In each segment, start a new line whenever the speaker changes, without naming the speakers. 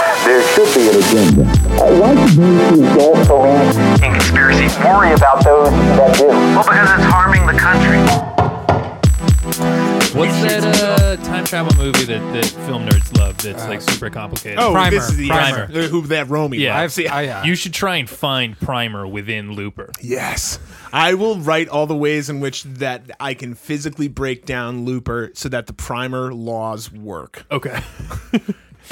should be an agenda. Uh, Why do you don't believe in conspiracy? Worry about those that do.
Well, because it's harming the country.
What's that uh, time travel movie that, that film nerds love that's like super complicated?
Oh,
Primer,
this is the
Primer.
uh, who that Romy.
Yeah.
one.
I've
See,
I, uh,
You should try and find Primer within Looper.
Yes. I will write all the ways in which that I can physically break down Looper so that the primer laws work.
Okay.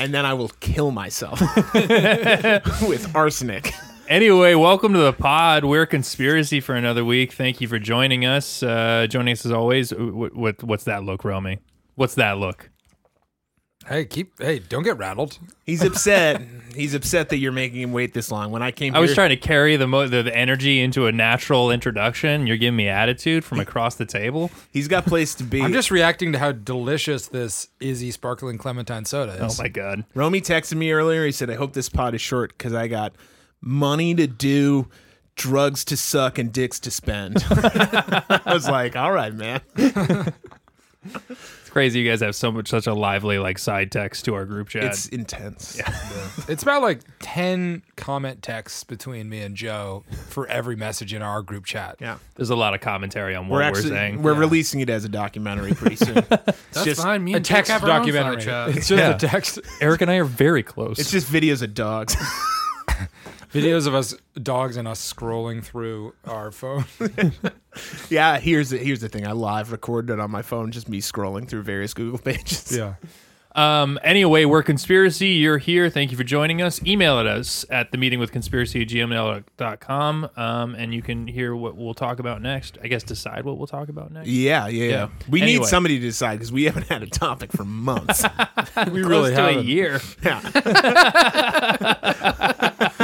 And then I will kill myself with arsenic.
Anyway, welcome to the pod. We're Conspiracy for another week. Thank you for joining us. Uh, joining us as always. What, what what's that look, Romy? What's that look?
hey, keep hey, don't get rattled.
He's upset. He's upset that you're making him wait this long. When I came
I was
here-
trying to carry the, mo- the the energy into a natural introduction. You're giving me attitude from across the table.
he's got place to be.
I'm just reacting to how delicious this Izzy sparkling clementine soda
Oh
is.
my god.
Romy texted me earlier. He said, I hope this pod is short because I got money to do, drugs to suck, and dicks to spend. I was like, all right, man.
It's crazy you guys have so much such a lively like side text to our group chat.
It's intense.
It's about like 10 comment texts between me and Joe for every message in our group chat.
Yeah.
There's a lot of commentary on what
We're
we're,
actually
saying.
we're releasing it as a documentary pretty soon. it's just
fine. Me
A
and Jake
text
have our own
documentary.
side
It's
chat.
just
Yeah.
a text.
Eric and I are very close.
it's just videos of dogs.
Videos of us dogs and us scrolling through our phone.
yeah, here's the, here's the thing. I live recorded it on my phone, just me scrolling through various Google pages.
yeah.
Um, anyway, we're Conspiracy. You're here. Thank you for joining us. Email at us at the meeting with conspiracy at gmail.com. Um, and you can hear what we'll talk about next. I guess decide what we'll talk about next.
Yeah, yeah, yeah.
Yeah.
We need
Anyway.
somebody to decide because we haven't had a topic for months.
We
Close
really
to
have
a year.
yeah.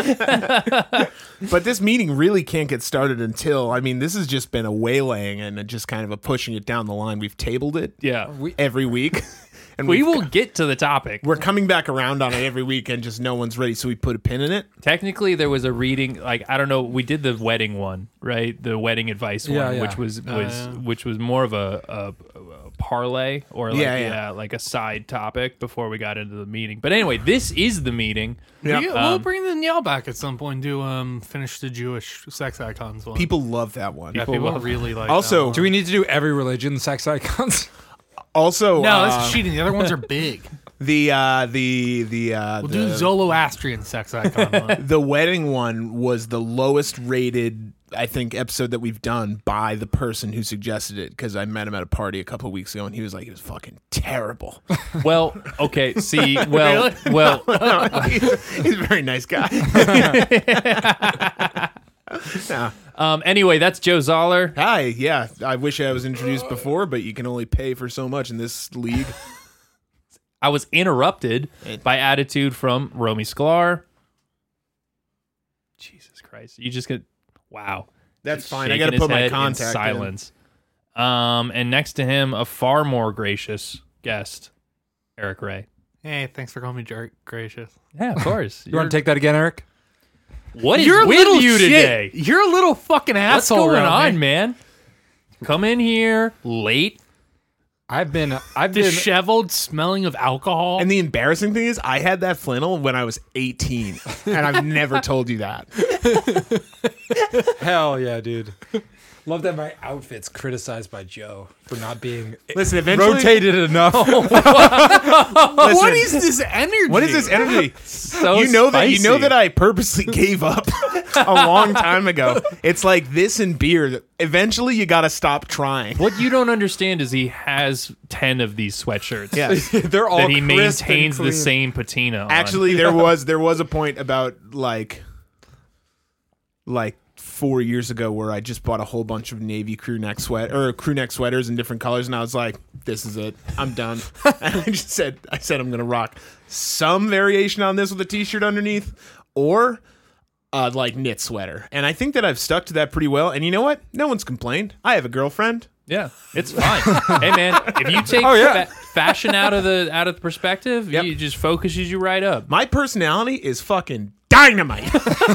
but this meeting really can't get started until I mean, this has just been a waylaying and a- just kind of a pushing it down the line. We've tabled it
Yeah. We,
We,
every week, and we've-
will get to the topic.
We're coming back around on it every week, and just no one's ready, so we put a pin in it.
Technically, there was a reading. Like I don't know. We did the wedding one, right? The wedding advice
Yeah,
one,
yeah.
which was
Oh,
was which was more of a, a, a parlay or like
Yeah,
yeah,
yeah.
like a side topic before we got into the meeting. But anyway, this is the meeting.
We,
um,
we'll bring the Yale back at some point and do um finish the Jewish sex icons one.
People love that one.
yeah, people really
Oh,
like.
Also-
that
Um, do we need to do every religion sex icons?
Also,
one. no,
uh,
that's cheating. The other ones are big.
the uh, the the uh,
We'll
the,
do Zoroastrian sex icon one.
the wedding one was the lowest rated I think episode that we've done by the person who suggested it because I met him at a party a couple of weeks ago and he was like it was fucking terrible.
Well, okay. See, well, well,
he's, he's a very nice guy.
Um, anyway, that's Joe Zoller.
Hi, yeah, I wish I was introduced before, but you can only pay for so much in this league.
I was interrupted by attitude from Romy Sklar. Jesus Christ! You just get wow.
That's
Just
fine. I
shaking
got to
his
put my
head in
contact in.
silence. Um, and next to him, a far more gracious guest, Eric Ray.
hey, thanks for calling me jerk. Gracious.
Yeah, of course.
You want to take that again, Eric?
what is
You're a
with
little
you
shit.
today?
You're a little fucking
What's
asshole.
going
Romy.
on, man? Come in here late.
I've been I've been
Disheveled, smelling of alcohol.
And the embarrassing thing is, I had that flannel when I was 18, and I've never told you that.
hell yeah, dude. Love that my outfit's criticized by Joe for not being
Listen, eventually,
rotated enough.
Listen,
what is this energy?
what is this energy?
So
you know that you know
spicy.
that I purposely gave up a long time ago. It's like this and beer. Eventually, you got to stop trying.
What you don't understand is he has ten of these sweatshirts.
Yes.
They're all
that he
crisp and
maintains the
clean.
same patina. on.
Actually, there was there was a point about like like four years ago where I just bought a whole bunch of navy crew neck sweat or crew neck sweaters in different colors, and I was like, "This is it. I'm done." and I just said, "I said I'm gonna rock some variation on this with a t-shirt underneath, or." Uh, like knit sweater, and I think that I've stuck to that pretty well. And you know what? No one's complained. I have a girlfriend.
yeah, it's fine. hey man, if you take
yeah.
fa- fashion out of the out of the perspective, you it just focuses you right up.
My personality is fucking dynamite.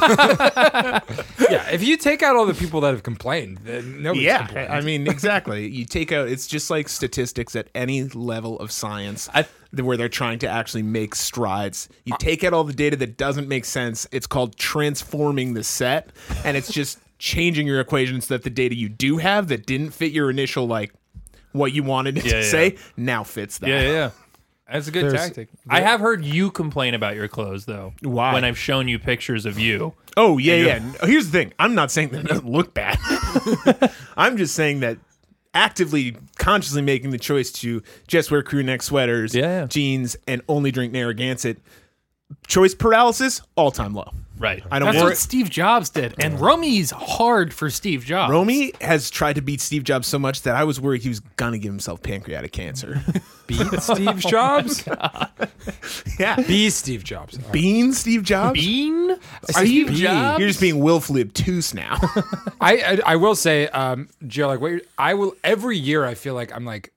Yeah, if you take out all the people that have complained, then nobody's
yeah,
complained.
I mean, exactly. You take out. It's just like statistics at any level of science,
I- Uh,
th- where they're trying to actually make strides. You take out all the data that doesn't make sense. It's called transforming the set, and it's just changing your equations so that the data you do have that didn't fit your initial like what you wanted it
Yeah,
to
yeah.
say now fits that.
Yeah, yeah, yeah. That's a good
There's-
tactic. I have heard you complain about your clothes though.
Why?
When I've shown you pictures of you.
Oh yeah, yeah. No, Here's the thing. I'm not saying that it doesn't look bad. I'm just saying that actively, consciously making the choice to just wear crew neck sweaters,
Yeah, yeah.
jeans, and only drink Narragansett. Choice paralysis, all time low.
Right.
I don't
That's
worry.
what Steve Jobs did, and Romy's hard for Steve Jobs.
Romy has tried to beat Steve Jobs so much that I was worried he was gonna give himself pancreatic cancer.
beat Steve Jobs.
yeah,
Be Steve Jobs. All right.
being Steve Jobs.
Bean?
Are you
Steve
being-
Jobs?
You're just being willfully obtuse now.
I, I I will say, um, Joe, like what you're, I will every year. I feel like I'm like,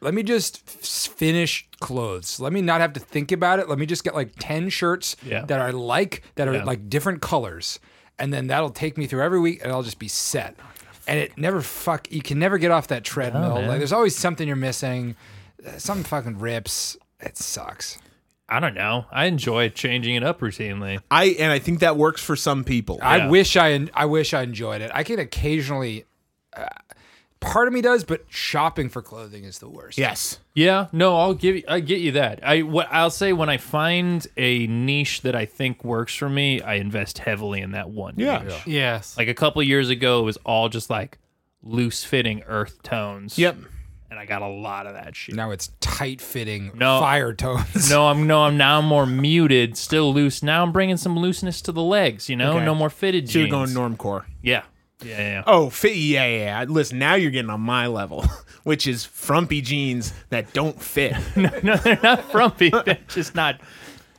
let me just f- finish clothes. Let me not have to think about it. Let me just get like ten shirts
Yeah.
that I like that are
Yeah.
like different colors, and then that'll take me through every week, and I'll just be set. And it never fuck. You can never get off that treadmill. like there's always something you're missing. Uh, Something fucking rips. It sucks.
I don't know. I enjoy changing it up routinely.
I and I think that works for some people.
I wish I I wish I enjoyed it. I can occasionally. Uh, part of me does, but shopping for clothing is the worst.
yes.
Yeah, no, I'll give you, I get you that. I what I'll say when I find a niche that I think works for me, I invest heavily in that one. niche.
Yes.
Like a couple years ago, it was all just like loose fitting earth tones.
Yep.
And I got a lot of that shit.
Now it's tight fitting
No.
fire tones.
No, I'm no, I'm now more muted, still loose. Now I'm bringing some looseness to the legs. You know,
Okay.
no more fitted
So you're
jeans.
going normcore.
yeah, yeah, yeah.
Oh, fit, yeah, yeah, yeah. Listen, now you're getting on my level, which is frumpy jeans that don't fit.
No, they're not frumpy. They're just not.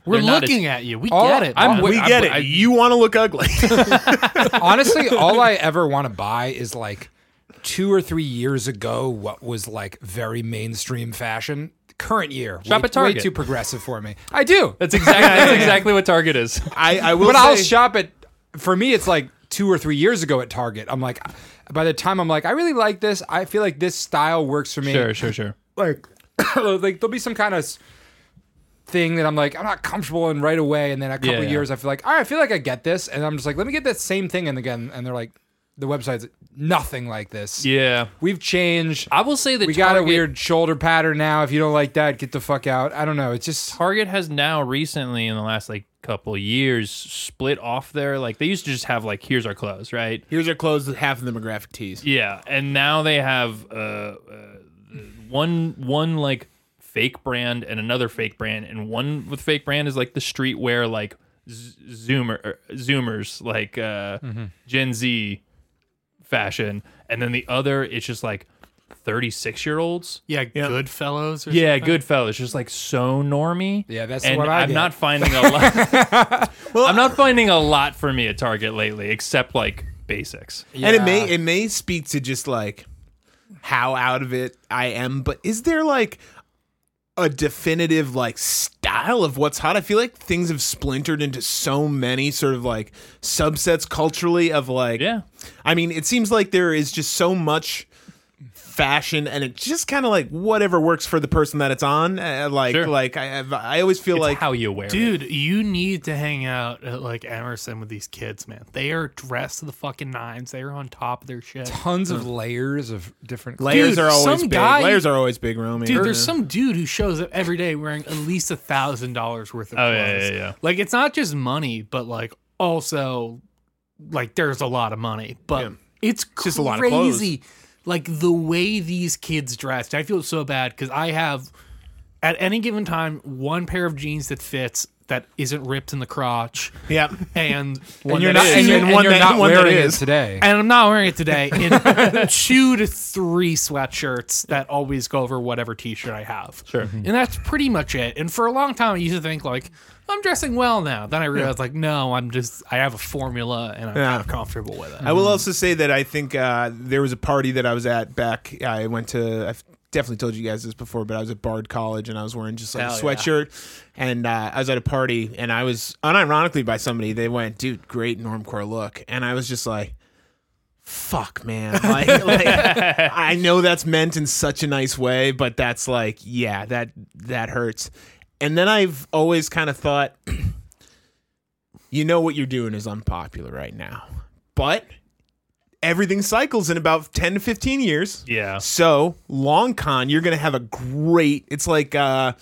We're
they're not
looking
as- Oh,
at you. We
All-
get it.
I'm
Bob.
with-
We get it.
I-
you want to look ugly.
Honestly, all I ever want to buy is like two or three years ago, what was like very mainstream fashion. Current year,
Shop
way,
at Target.
way too progressive for me. I do,
That's exactly that's exactly what Target is.
I, I will
but
say,
I'll shop at. For me, it's like two or three years ago at Target. I'm like, by the time I'm like, I really like this. I feel like this style works for me.
Sure, sure, sure.
like like there'll be some kind of s- thing that I'm like I'm not comfortable in right away, and then a couple
Yeah, yeah.
years I feel like all right, I feel like I get this, and I'm just like let me get that same thing, and again, and they're like the website's nothing like this.
Yeah,
we've changed.
I will say that
we got a
Target-
weird shoulder pattern now. If you don't like that, get the fuck out. I don't know. It's just
Target has now recently in the last like couple years split off their like they used to just have like here's our clothes right
Here's our clothes with half of them are graphic tees.
yeah and now they have uh, uh one one like fake brand and another fake brand and one with fake brand is like the streetwear like z- zoomer er, zoomers like uh Gen Z fashion and then the other it's just like 36 year olds
yeah, Goodfellows. Or
yeah Goodfellas just like so normy
Yeah, that's
and
what I
I'm
get.
not finding a lot I'm not finding a lot for me at Target lately, except like basics.
And it may it may speak to just like how out of it I am, but is there like a definitive like style of what's hot? I feel like things have splintered into so many sort of like subsets culturally of like
Yeah.
I mean, it seems like there is just so much fashion and it's just kind of like whatever works for the person that it's on uh, like
Sure.
like I, I've- I always feel
Like
like
how you wear it.
Dude, you need to hang out at like Emerson with these kids, man. They are dressed to the fucking nines. They are on top of their shit.
tons of
Mm.
layers of different
layers
Dude,
are always
some
big
guy-
layers are always big Romeo
Dude, there's some dude who shows up every day wearing at least a thousand dollars worth of
Oh,
clothes.
yeah, yeah, yeah.
Like it's not just money, but like also like there's a lot of money. But it's crazy.
just a lot of clothes.
Like the way these kids dressed. I feel so bad because I have at any given time one pair of jeans that fits that isn't ripped in the crotch.
yeah
And
you're
and you're
not-
not,
and
and
you're-
you're,
one that-
not
one that
wearing it
is.
today.
and I'm not wearing it today in two to three sweatshirts that always go over whatever t-shirt I have. Sure. And that's pretty much it. And for a long time I used to think like I'm dressing well now. Then I realized like no, I'm just I have a formula and I'm
Yeah.
not comfortable with it.
I will also say that I think uh, there was a party that I was at back. I went to I f- definitely told you guys this before, but I was at Bard College and I was wearing just like a
Hell yeah.
sweatshirt, and uh, I was at a party and I was unironically by somebody. They went, "Dude, great normcore look," and I was just like. Fuck man, like, like, I know that's meant in such a nice way, but that's like, yeah, that that hurts. And then I've always kind of thought, you know what you're doing is unpopular right now, but everything cycles in about 10 to 15 years.
Yeah.
So long con, you're gonna have a great. It's like uh,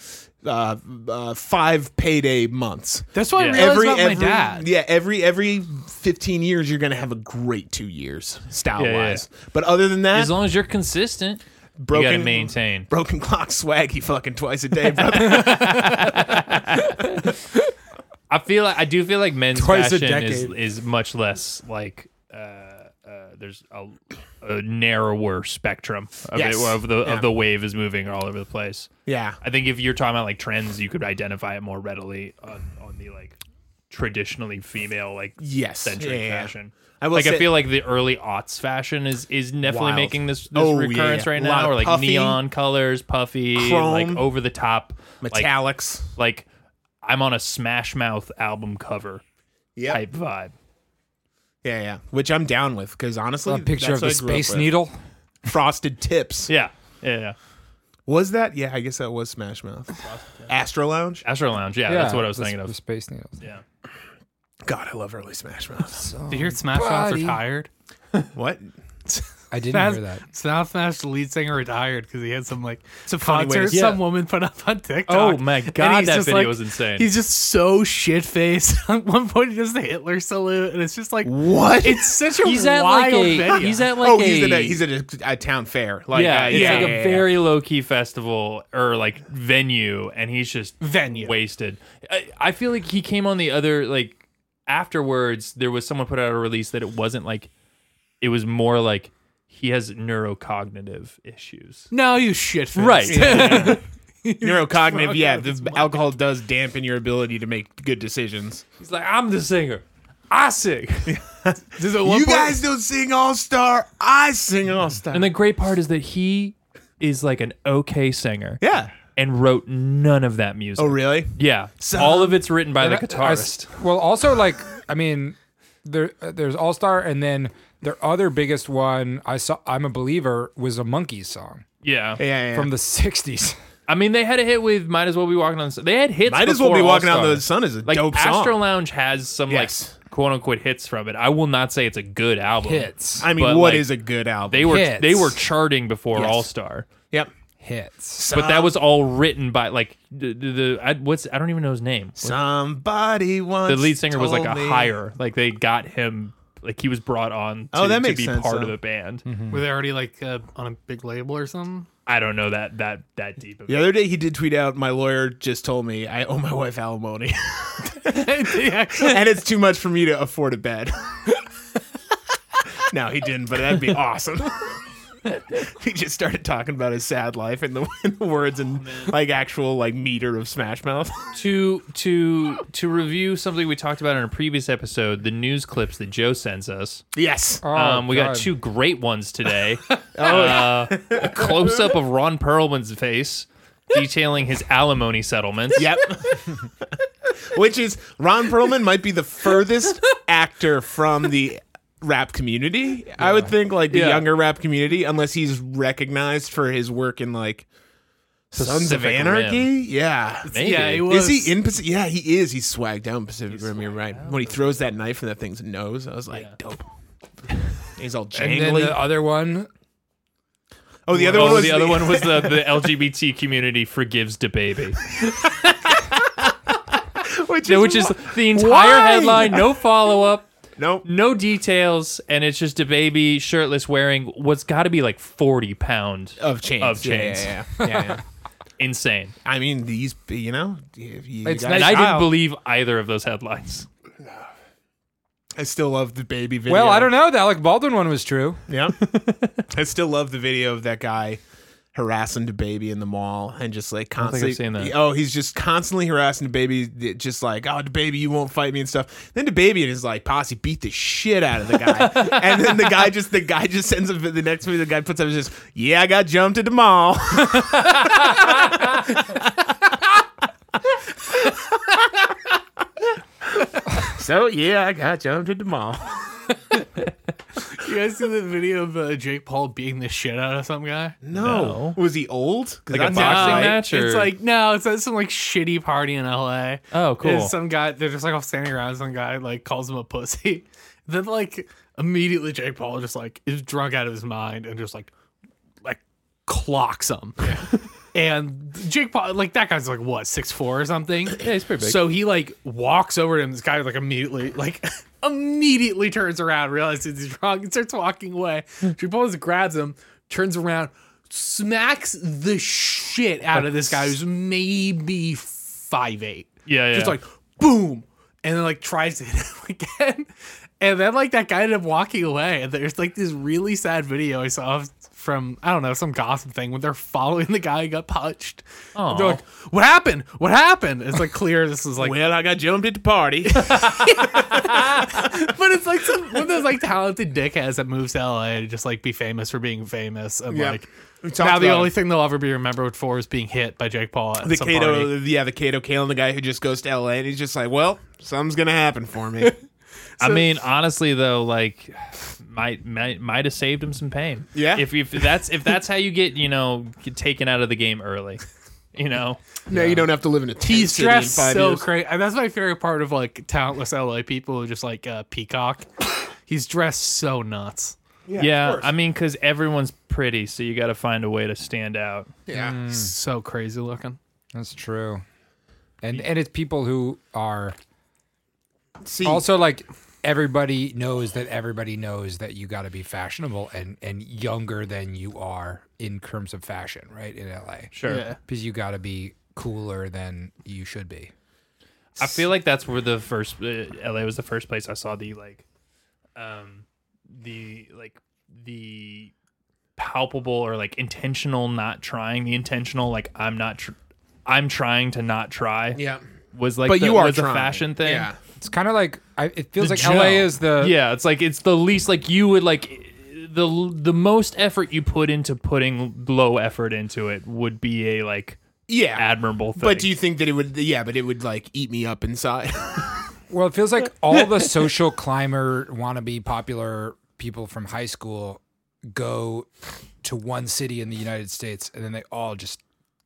uh, uh five payday months.
That's why
Yeah.
I realized about my dad.
Yeah, every every 15 years, you're gonna have a great two years style
Yeah, yeah,
wise. But other than that,
As long as you're consistent, you gotta
broken
maintain.
broken clock swaggy fucking twice a day, brother.
I feel like I do feel like men's
Twice a
fashion is
decade.
is much less like uh, uh, there's a, a narrower spectrum of,
Yes.
it, of the
Yeah.
of the wave is moving all over the place.
yeah,
I think if you're talking about like trends, you could identify it more readily on, on the like traditionally female like
Yes.
centric
Yeah, yeah, yeah.
fashion.
I will
like I
say-
feel like the early aughts fashion is is definitely
Wild.
making this, this
Oh, yeah,
recurrence
yeah.
right
A lot
now,
of
or like
puffy,
neon colors, puffy,
chrome,
like over the top, like
metallics.
like I'm on a Smash Mouth album cover
Yep.
type vibe.
Yeah, yeah. Which I'm down with because honestly,
A picture
that's
of the
what I grew up
Space
with.
Needle.
frosted tips.
Yeah, yeah, yeah.
Was that? Yeah, I guess that was Smash Mouth. Astro Lounge.
Astro Lounge. Yeah, that's what I was
the-
thinking
The
of.
Space Needle.
Yeah.
God, I love early Smash Mouth.
Did you hear Smash Mouth
Buddy.
retired?
What?
I didn't
Smash,
hear that.
Smash, Smash, the lead singer retired because he had some like some
funny way to
concert
say
some
it.
woman put up on TikTok.
Oh my
And
God,
he's
that
just,
video
like-
was insane.
He's just so shit faced. at one point, he does the Hitler salute, and it's just like
What?
it's such a
He's at like
wild video.
a he's at like
oh,
a
he's at a, he's at a, a town fair. Like,
yeah,
uh,
it's like a
yeah,
very low key festival or like venue, and he's just
Venue.
wasted. I, I feel like he came on the other like afterwards. There was someone put out a release that it wasn't like it was more like he has neurocognitive issues.
no, you shit faced.
neurocognitive. Yeah, the alcohol does dampen your ability to make good decisions.
he's like I'm the singer. I sing.
Does at one point-
don't sing All Star. I sing All Star.
And the great part is that he is like an okay singer.
Yeah.
And wrote none of that music.
Oh, really?
Yeah. All of it's written by the guitarist.
Well, also like I mean, there uh, there's All Star, and then their other biggest one I saw. I'm a believer was a Monkeys song
yeah.
Yeah, yeah. yeah.
from the '60s.
I mean, they had a hit with "Might as well be walking on the sun." They had hits.
Might as well be
before
walking out
All-Star.
the sun is a
Like
dope
Astro
song.
Lounge has some
Yes.
like quote unquote hits from it. I will not say it's a good album.
Hits,
I mean,
but,
what
like,
is a good album?
They were
Hits.
they were charting before
Yes.
All Star,
yep.
hits.
but that was all written by like the, the, the I, what's I don't even know his name.
Somebody once
the lead singer was like a
told me-
hire. Like they got him. Like he was brought on to,
Oh, that
to
makes
be
sense,
part of
though. Mm-hmm.
the band.
were they already like uh, on a big label or something?
I don't know that that that deep. Of
The other day, he did tweet out, "My lawyer just told me I owe my wife alimony, and it's too much for me to afford a bed." no, he didn't, but that'd be awesome. he just started talking about his sad life and the, and the words and like actual like meter of Smash Mouth.
to to to review something we talked about in a previous episode, the news clips that Joe sends us.
yes,
Oh,
Um, we got
God.
two great ones today. uh, a close up of Ron Perlman's face detailing his alimony settlements.
yep. Which is Ron Perlman might be the furthest actor from the rap community. I would think like the
Yeah.
younger rap community, unless he's recognized for his work in like Sons of
Pacific
Anarchy.
Rim.
Yeah.
Maybe.
Yeah, he was.
Is he in Pacific? Yeah, he is. He's swagged out in Pacific Rim. You're right. When he throws that knife in that thing's nose, I was like, dope. He's all
And then
jangly.
the other one,
oh, the other one
Oh,
was
the other one was the, the LGBT community forgives the baby,
which is,
which is the entire
Why?
headline, no follow up,
nope.
no details, and it's just a baby shirtless wearing what's got to be like forty pound
Of chains.
Of
Yeah,
chains.
Yeah, yeah, yeah. yeah.
insane.
I mean, these, you know, you, you
It's
got-
nice-
And I didn't
Child.
believe either of those headlines.
I still love the baby video.
well, I don't know. The Alec Baldwin one was true.
Yeah. I still love the video of that guy harassing the baby in the mall and just like
don't think
constantly.
I've seen that.
Oh, he's just constantly harassing the baby, th- just like, oh, the baby, you won't fight me and stuff. Then the baby and his like posse beat the shit out of the guy, and then the guy just the guy just sends him the next movie. The guy puts up is just, yeah, I got jumped at the mall. so yeah, I got jumped at the mall.
You guys see the video of uh, Jake Paul beating the shit out of some guy?
No. was he old? 'Cause
Like a
that's
boxing
not right.
match or-
It's like no, it's at some like shitty party in LA.
Oh, cool.
And some guy they're just like all standing around. Some guy like calls him a pussy. Then like immediately Jake Paul just like is drunk out of his mind and just like like clocks him. and Jake Paul like that guy's like what six four or something.
Yeah, he's pretty big.
So he like walks over to him. This guy like immediately like immediately turns around, realizes he's wrong, and starts walking away. Chipotle grabs him, turns around, smacks the shit out of this guy who's maybe five eight.
Yeah, yeah.
Just like boom, and then like tries to hit him again, and then like that guy ended up walking away. And there's like this really sad video I saw of- from I don't know some gossip thing when they're following the guy who got punched.
Aw.
They're like, "What happened? What happened?" It's like clear this is like
Well, I got jumped at the party.
But it's like some, one of those like talented dickheads that moves to LA to just like be famous for being famous and
Yep.
like
We talked
now the
about
only
it.
thing they'll ever be remembered for is being hit by Jake Paul at
the
some
Cato,
party.
yeah, the Cato Kalen, the guy who just goes to LA and he's just like, well, something's gonna happen for me.
I mean, honestly though, like might might might have saved him some pain.
Yeah.
If, if that's if that's how you get you know get taken out of the game early, you know.
now you don't have to live in a tea
He's
city in
dressed
five
so
years.
crazy, and that's my favorite part of like talentless LA people who just like uh, Peacock. He's dressed so nuts.
Yeah. I mean, because everyone's pretty, so you got to find a way to stand out.
yeah,
So crazy looking.
That's true. And and it's people who are
see,
also like everybody knows that everybody knows that you got to be fashionable and and younger than you are in terms of fashion, right? In LA.
Sure.
Yeah.
Because you got to be cooler than you should be.
I feel like that's where the first uh, LA was the first place I saw the like, um, the like the palpable or like intentional not trying the intentional like I'm not tr- I'm trying to not try.
yeah,
Was like
but
the-
you are
was
trying.
a fashion thing.
Yeah,
It's kind of like I, it feels like
Joe.
LA is the
yeah it's like it's the least like you would like the the most effort you put into putting low effort into it would be a like
yeah.
admirable thing
But do you think that it would? Yeah, but it would like eat me up inside.
Well, it feels like all the social climber wannabe popular people from high school go to one city in the United States and then they all just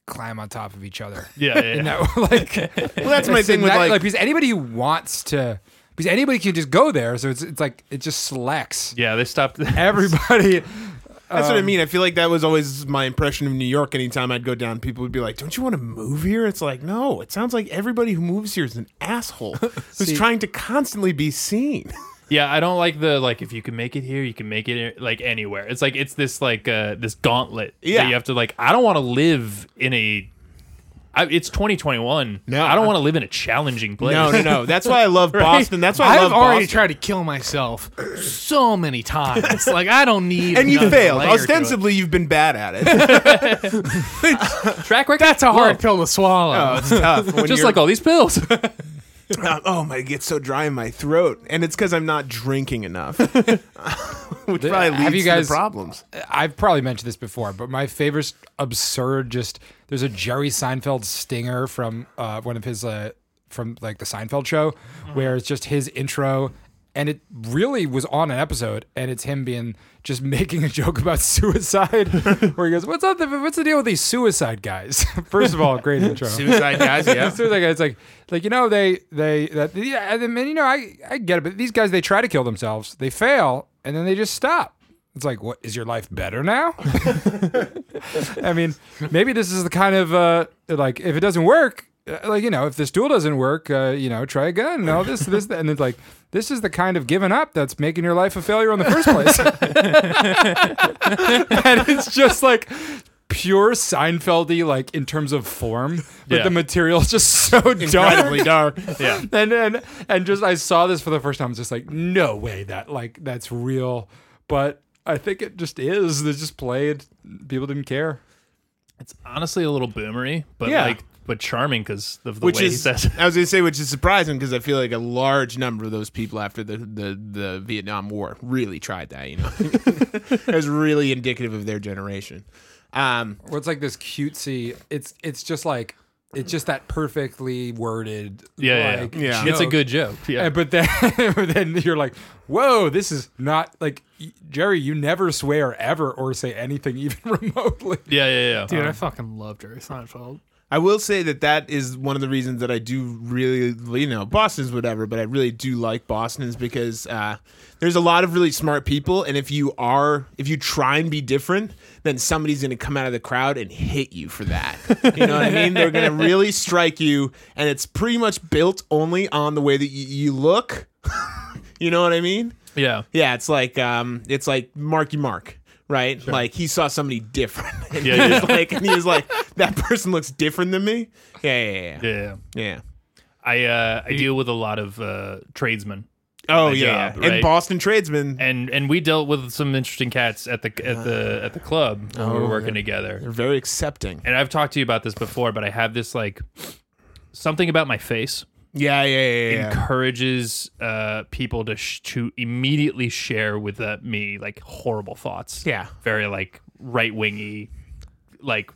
climb on top of each other.
yeah, yeah,
You
yeah.
know, like
well, that's my thing with
that-
like,
because anybody who wants to because anybody can just go there, so it's it's like it just selects
yeah they stopped
everybody.
that's what I mean. I feel like that was always my impression of New York. Anytime I'd go down, people would be like, "Don't you want to move here?" It's like, no. It sounds like everybody who moves here is an asshole who's trying to constantly be seen.
yeah i don't like the like if you can make it here you can make it like anywhere it's like it's this like uh this gauntlet
Yeah.
that you have to like i don't want to live in a I, it's 2021
No,
i don't
I-
want to live in a challenging place
No, no, no. That's why I love Boston. That's why I
I've
love
already
Boston.
tried to kill myself so many times. like I don't need
and you
another
failed.
layer to it.
Ostensibly, you've been bad at it.
track record
That's a hard
Whoa.
pill to swallow.
oh, it's tough. when
just
you're-
like all these pills
Uh, oh my, it gets so dry in my throat, and it's because I'm not drinking enough, which probably leads
have you guys-
to the problems.
I've probably mentioned this before, but my favorite absurd just there's a Jerry Seinfeld stinger from uh, one of his uh, from like the Seinfeld show where it's just his intro and it really was on an episode and it's him being just making a joke about suicide where he goes what's up the, what's the deal with these suicide guys first of all great intro
Suicide guys, yeah.
so like it's like like you know they they that yeah I mean you know I I get it but these guys they try to kill themselves they fail and then they just stop. It's like what is your life better now? I mean maybe this is the kind of uh like if it doesn't work uh, like you know if this tool doesn't work uh, you know try again no this this that. and it's like this is the kind of giving up that's making your life a failure in the first place. and it's just like pure Seinfeldy like in terms of form but
Yeah.
the material's just so dark
Incredibly dark.
yeah
and and and just I saw this for the first time. I was just like, no way that like that's real. But I think it just is. They just played. People didn't care.
It's honestly a little boomery, but
Yeah.
like but charming because of the
which
way he
is
says it.
I was gonna say which is surprising because I feel like a large number of those people after the the, the Vietnam War really tried that. You know, it was really indicative of their generation. Um,
Well, it's like this cutesy. It's it's just like it's just that perfectly worded.
Yeah, yeah,
like,
yeah. It's a
joke.
good joke. Yeah.
And- But then, but then you're like, whoa, this is not like y- Jerry. You never swear ever or say anything even remotely.
yeah, yeah, yeah.
Dude, I fucking loved her. Seinfeld.
I will say that that is one of the reasons that I do really, you know, Boston's whatever, but I really do like Boston's because uh, there's a lot of really smart people, and if you are, if you try and be different, then somebody's going to come out of the crowd and hit you for that. You know what I mean? They're going to really strike you, and it's pretty much built only on the way that you, you look. you know what I mean?
yeah.
Yeah, it's like um, it's like Marky Mark, right? Like he saw somebody different, and
Yeah,
he
yeah.
was like, and he was like, that person looks different than me. Yeah, yeah, yeah,
Yeah,
yeah.
yeah.
yeah.
I uh, I deal with a lot of uh, tradesmen,
Oh
My
yeah,
job,
and
right?
Boston tradesmen,
and and we dealt with some interesting cats at the at the at the club when we were working together.
they're very accepting.
And I've talked to you about this before, but I have this like something about my face
Yeah, yeah, yeah, yeah.
encourages uh, people to sh- to immediately share with uh, me like horrible thoughts.
Yeah.
very like right wingy, like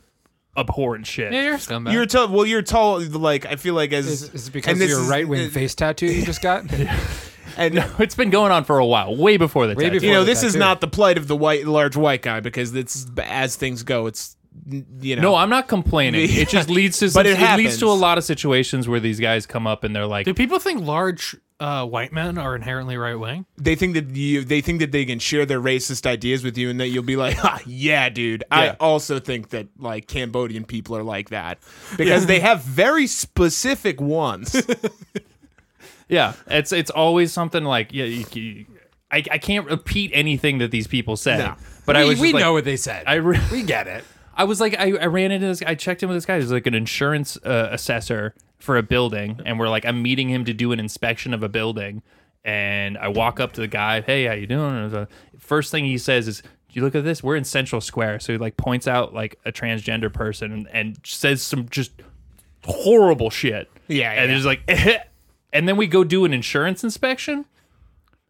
abhorrent shit.
Yeah, you're a scumbag.
You're tall. Well, you're tall. Like I feel like as
Is, is it because
and
of
this
your
is-
right wing face tattoo you just got?
And
It's been going on for a while, way before the
Way
tattoo.
before-
you know,
the
this is
tattoo.
not the plight of the white, large white guy because it's as things go. It's you know.
No, I'm not complaining. It just leads to
But
some-
it
it, leads
happens.
to a lot of situations where these guys come up and they're like,
Do people think large uh, white men are inherently right wing?
they think that you they think that they can share their racist ideas with you and that you'll be like ah, yeah dude i
Yeah.
also think that like cambodian people are like that because they have very specific ones
yeah, it's it's always something like yeah, you, you- I, I can't repeat anything that these people say.
No.
But I
we
was
we
just like-
know what they said.
I re-
we get it.
I was like, I, I ran into this. I checked in with this guy. He's like an insurance uh, assessor for a building, and we're like, I'm meeting him to do an inspection of a building. And I walk up to the guy. Hey, how you doing? And the first thing he says is, "Do you look at this? We're in Central Square." So he like points out like a transgender person and, and says some just horrible shit.
Yeah,
and
yeah.
it's like, and then we go do an insurance inspection,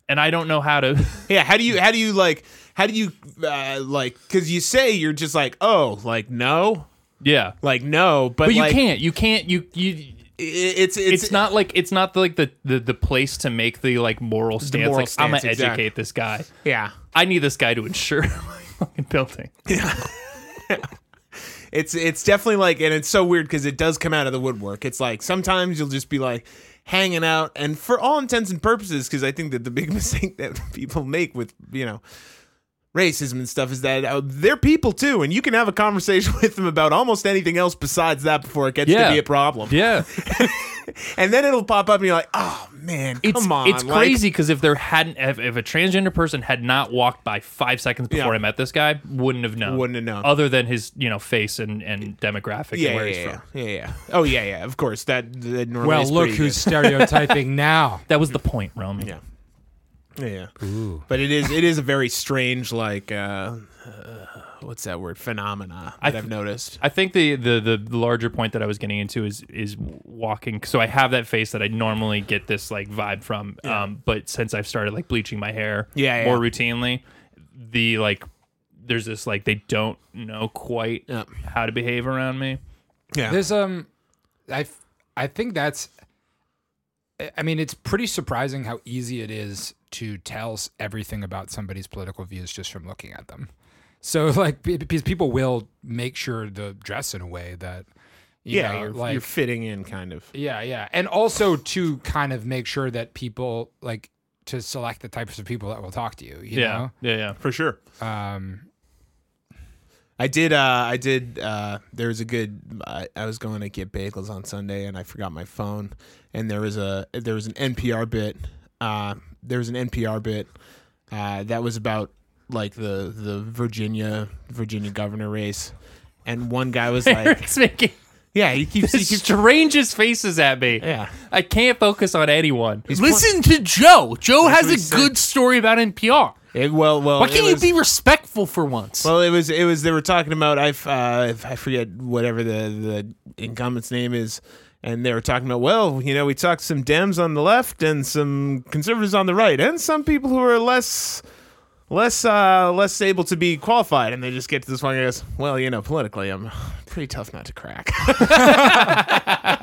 and I don't know how to.
yeah how do you how do you like how do you uh, like because you say you're just like oh like no
yeah,
like no but,
but you
like,
can't. You can't. You you.
i- it's it's,
it's not like it's not like the, the the place to make the like moral stance.
moral
like I'm gonna
stance, exactly.
educate this guy.
yeah
I need this guy to insure my fucking building.
It's it's definitely like, and it's so weird because it does come out of the woodwork. It's like sometimes you'll just be like hanging out, and for all intents and purposes, because I think that the big mistake that people make with you know racism and stuff is that uh, they're people too, and you can have a conversation with them about almost anything else besides that before it gets
Yeah.
to be a problem.
Yeah,
And then it'll pop up, and you're like, oh man,
it's
come on,
it's
like-
crazy because if there hadn't if, if a transgender person had not walked by five seconds before
Yeah.
I met this guy, wouldn't have known.
Wouldn't have known.
Other than his you know face and and demographic and
Yeah,
where he's
yeah,
from.
yeah, yeah, yeah. Oh yeah, yeah. Of course, that, that normally.
Well,
is
look
pretty
who's
good.
stereotyping now.
That was the point, Roman.
Yeah. Yeah. But it is it is a very strange like uh, uh what's that word phenomena that I, have noticed.
I think the, the the larger point that I was getting into is is walking. So I have that face that I normally get this like vibe from. Um, but since I've started like bleaching my hair,
Yeah, yeah.
more routinely, the like there's this like they don't know quite
Yeah.
how to behave around me.
Yeah.
There's um, I I think that's. I- I mean, it's pretty surprising how easy it is to tell s- everything about somebody's political views just from looking at them. So, like, pe- because people will make sure to dress in a way that, you
yeah,
know,
you're,
like,
you're fitting in kind of.
yeah, yeah, and also to kind of make sure that people like to select the types of people that will talk to you. you
Yeah, yeah, yeah.
For sure.
know? um,
I did uh I did uh there was a good I, I was going to get bagels on Sunday and I forgot my phone and there was a there was an NPR bit uh there was an NPR bit uh that was about like the the Virginia Virginia governor race and one guy was like
Eric's making
Yeah, he keeps.
The
He keeps
strangest faces at me.
Yeah.
I can't focus on anyone.
Listen to Joe. Joe has
what he
a
said.
good story about NPR.
Eh, well, well.
Why
it
can't you
was-
be respectful for once?
Well, it was. It was. They were talking about. I. f- Uh, I forget whatever the the incumbent's name is. And they were talking about, well, you know, we talked some Dems on the left and some conservatives on the right, and some people who are less, less, uh, less able to be qualified. And they just get to this point and goes, well, you know, politically, I'm pretty tough not to crack.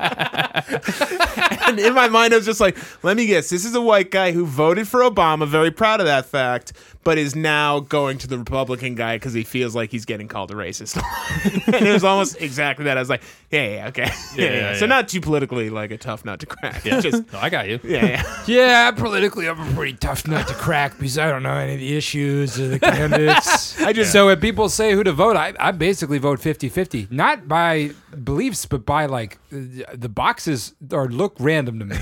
and in my mind, I was just like, let me guess. This is a white guy who voted for Obama, very proud of that fact, but is now going to the Republican guy because he feels like he's getting called a racist. and it was almost exactly that. I was like, yeah, yeah, okay. Yeah, yeah,
yeah,
So
yeah.
not too politically like a tough nut to crack. Just,
No, I got you.
yeah, yeah.
Yeah, politically, I'm a pretty tough nut to crack because I don't know any of the issues or the candidates. I
just-
so if people say who to vote, I, I basically vote 50-50. not by beliefs, but by like the the boxes are look random to me.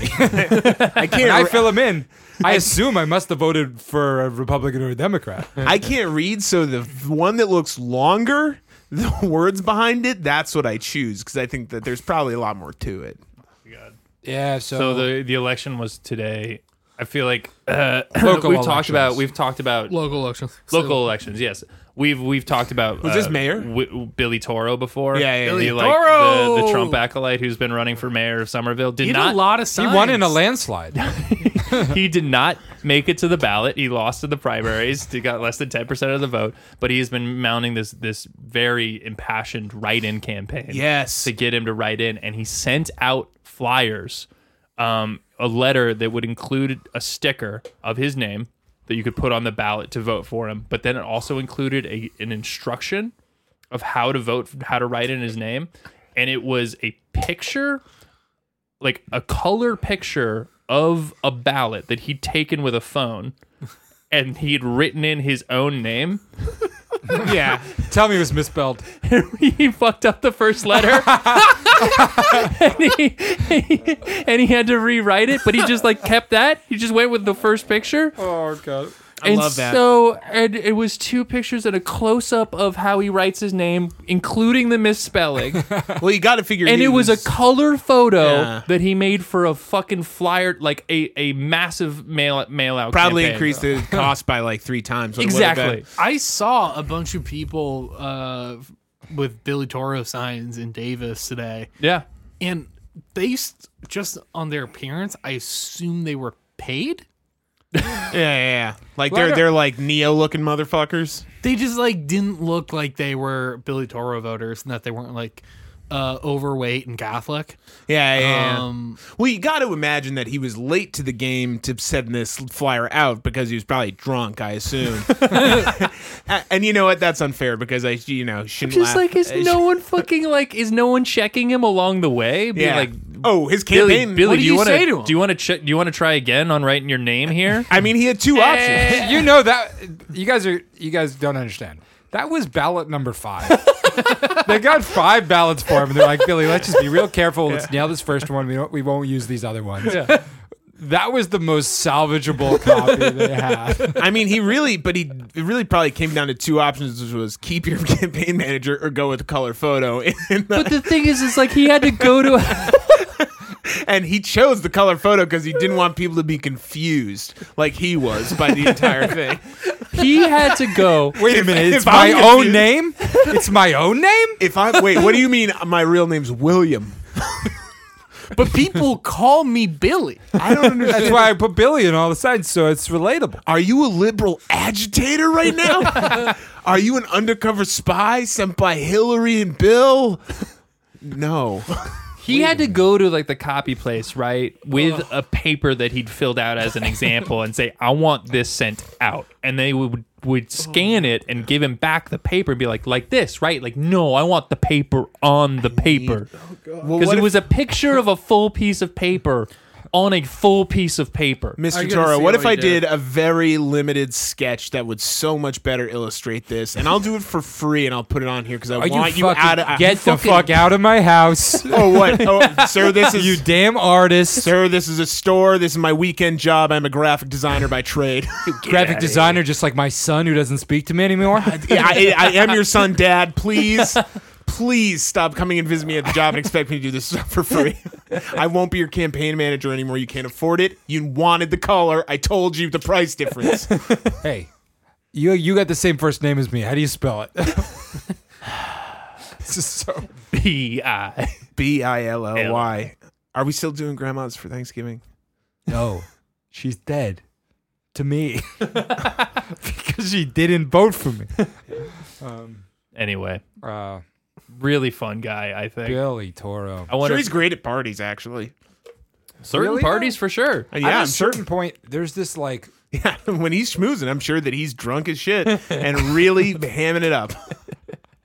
I can't.
I
re-
fill them in. I assume I must have voted for a Republican or a Democrat.
I can't read, so the one that looks longer, the words behind it, that's what I choose because I think that there's probably a lot more to it.
Yeah, so,
So the the election was today. I feel like uh,
Local
we've talked about
elections.
we've talked about
local elections.
local elections. Yes, we've we've talked about was
this mayor?
Billy Toro before?
Yeah, yeah, yeah. Billy
The, like,
Toro!
the, the Trump acolyte who's been running for mayor of Somerville did
He did
not
a lot of
he
signs.
won in a landslide.
he did not make it to the ballot. He lost in the primaries. He got less than ten percent of the vote. But he has been mounting this this very impassioned write-in campaign.
Yes.
to get him to write in, and he sent out flyers, um, a letter that would include a sticker of his name that you could put on the ballot to vote for him. But then it also included a an instruction of how to vote, how to write in his name, and it was a picture like a color picture of a ballot that he'd taken with a phone and he had written in his own name.
yeah, tell me it was misspelled.
he fucked up the first letter. and, he, and he had to rewrite it, but he just like kept that. He just went with the first picture.
Oh god.
and
love that.
so and it was two pictures and a close up of how he writes his name, including the misspelling.
Well, you got to figure.
and
he
it was a color photo
Yeah.
that he made for a fucking flyer, like a, a massive mail mail out.
probably
campaign.
increased the cost by like three times. what it would've been.
Exactly.
I saw a bunch of people uh, with Billy Toro signs in Davis today,
Yeah.
and based just on their appearance, I assume they were paid.
Yeah, yeah, yeah. Like
Well, I
they're
don't-
they're like neo looking motherfuckers.
They just like didn't look like they were Billy Toro voters, and that they weren't like uh, overweight and Catholic.
Yeah, yeah. yeah.
Um,
well, you got to imagine that he was late to the game to send this flyer out because he was probably drunk, I assume. A- and you know what? That's unfair because I, you know, shouldn't
Just
laugh. Uh,
like is
I
no one fucking like is no one checking him along the way? Being
Yeah.
like
oh, his
Billy,
campaign.
Billy,
what
do
did
you
you
want
say to
to
him?
do you want to check? Do you want to try again on writing your name here?
I mean, he had two options.
you know that you guys are you guys don't understand. That was ballot number five. they got five ballots for him, and they're like, Billy, let's just be real careful. Let's nail this first one. We don't, we won't use these other ones. That was the most salvageable copy they had.
I mean, he really, but he it really probably came down to two options, which was keep your campaign manager or go with a color photo. And,
But the thing is, is like he had to go to.
and he chose the color photo because he didn't want people to be confused, like he was by the entire thing.
He had to go.
Wait a minute, it's
if I'm
my own
confused-
name. It's my own name.
If I wait, what do you mean? My real name's William.
but people call me Billy.
I don't understand.
That's why I put Billy in all the sides, so it's relatable.
Are you a liberal agitator right now? Are you an undercover spy sent by Hillary and Bill? No.
He had to go to like the copy place, right, with a paper that he'd filled out as an example, and say, "I want this sent out," and they would would scan it and give him back the paper and be like, "Like this, right? Like, no, I want the paper on the paper."
Well,
Because
what
it
if-
was a picture of a full piece of paper on a full piece of paper.
I
Mr.
gotta
Toro,
see
what
what
if
he
I
did.
did a very limited sketch that would so much better illustrate this? And I'll do it for free, and I'll put it on here because I
Are you
want
fucking
you, out of. I-
get the fuck out of my house,
Oh what? Oh, sir, this is
you damn artist,
sir. This is a store. This is my weekend job. I'm a graphic designer by trade.
graphic designer, just like my son who doesn't speak to me anymore.
yeah, I, I am your son, Dad. Please, please stop coming and visit me at the job and expect me to do this stuff for free. I won't be your campaign manager anymore. You can't afford it. You wanted the color. I told you the price difference.
Hey, you you got the same first name as me. How do you spell it? This is so.
B I.
B I L L Y. Are we still doing grandmas for Thanksgiving?
No, she's dead to me because she didn't vote for me.
Anyway,
Uh,
really fun guy. I think.
Billy Toro.
I wonder
Sure,
if-
he's great at parties, actually.
certain
Really?
parties for sure.
Uh,
At
Yeah,
a
I'm sure.
certain point, there's this like
Yeah, when he's schmoozing, I'm sure that he's drunk as shit and really hamming it up.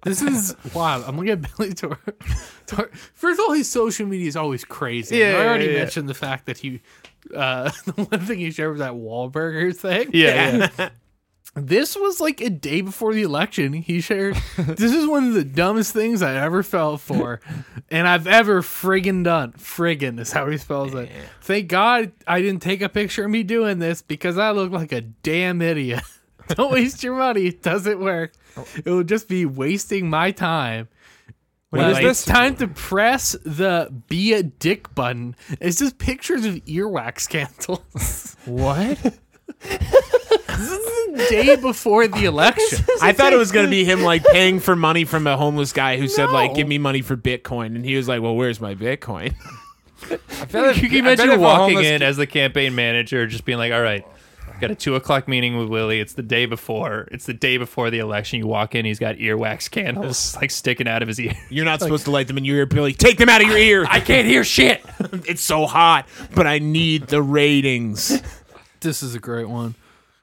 This is wow. I'm looking at Billy Tor. Tor- First of all, his social media is always crazy.
Yeah,
I already
yeah, yeah.
mentioned the fact that he, uh, the one thing he shared was that Wahlburger thing.
Yeah, yeah.
This was like a day before the election. He shared. this is one of the dumbest things I ever fell for, and I've ever friggin' done. Friggin' is how he spells it. Thank God I didn't take a picture of me doing this because I look like a damn idiot. Don't waste your money. It doesn't work. It will just be wasting my time.
What
is
Like,
this?
It's time to press the be a dick button. It's just pictures of earwax candles.
What?
Day before the election.
I thought it was going to be him like paying for money from a homeless guy who said like, "Give me money for Bitcoin," and he was like, "Well, where's my Bitcoin?"
I feel like,
You can
I bet if
imagine
a
walking
homeless
in as the campaign manager, just being like, "All right, got a two o'clock meeting with Willie. It's the day before. It's the day before the election. You walk in, he's got earwax candles like sticking out of his ear.
You're not supposed to light them in your ear, Billy. Take them out of your ear.
I can't hear shit.
it's so hot, but I need the ratings.
This is a great one.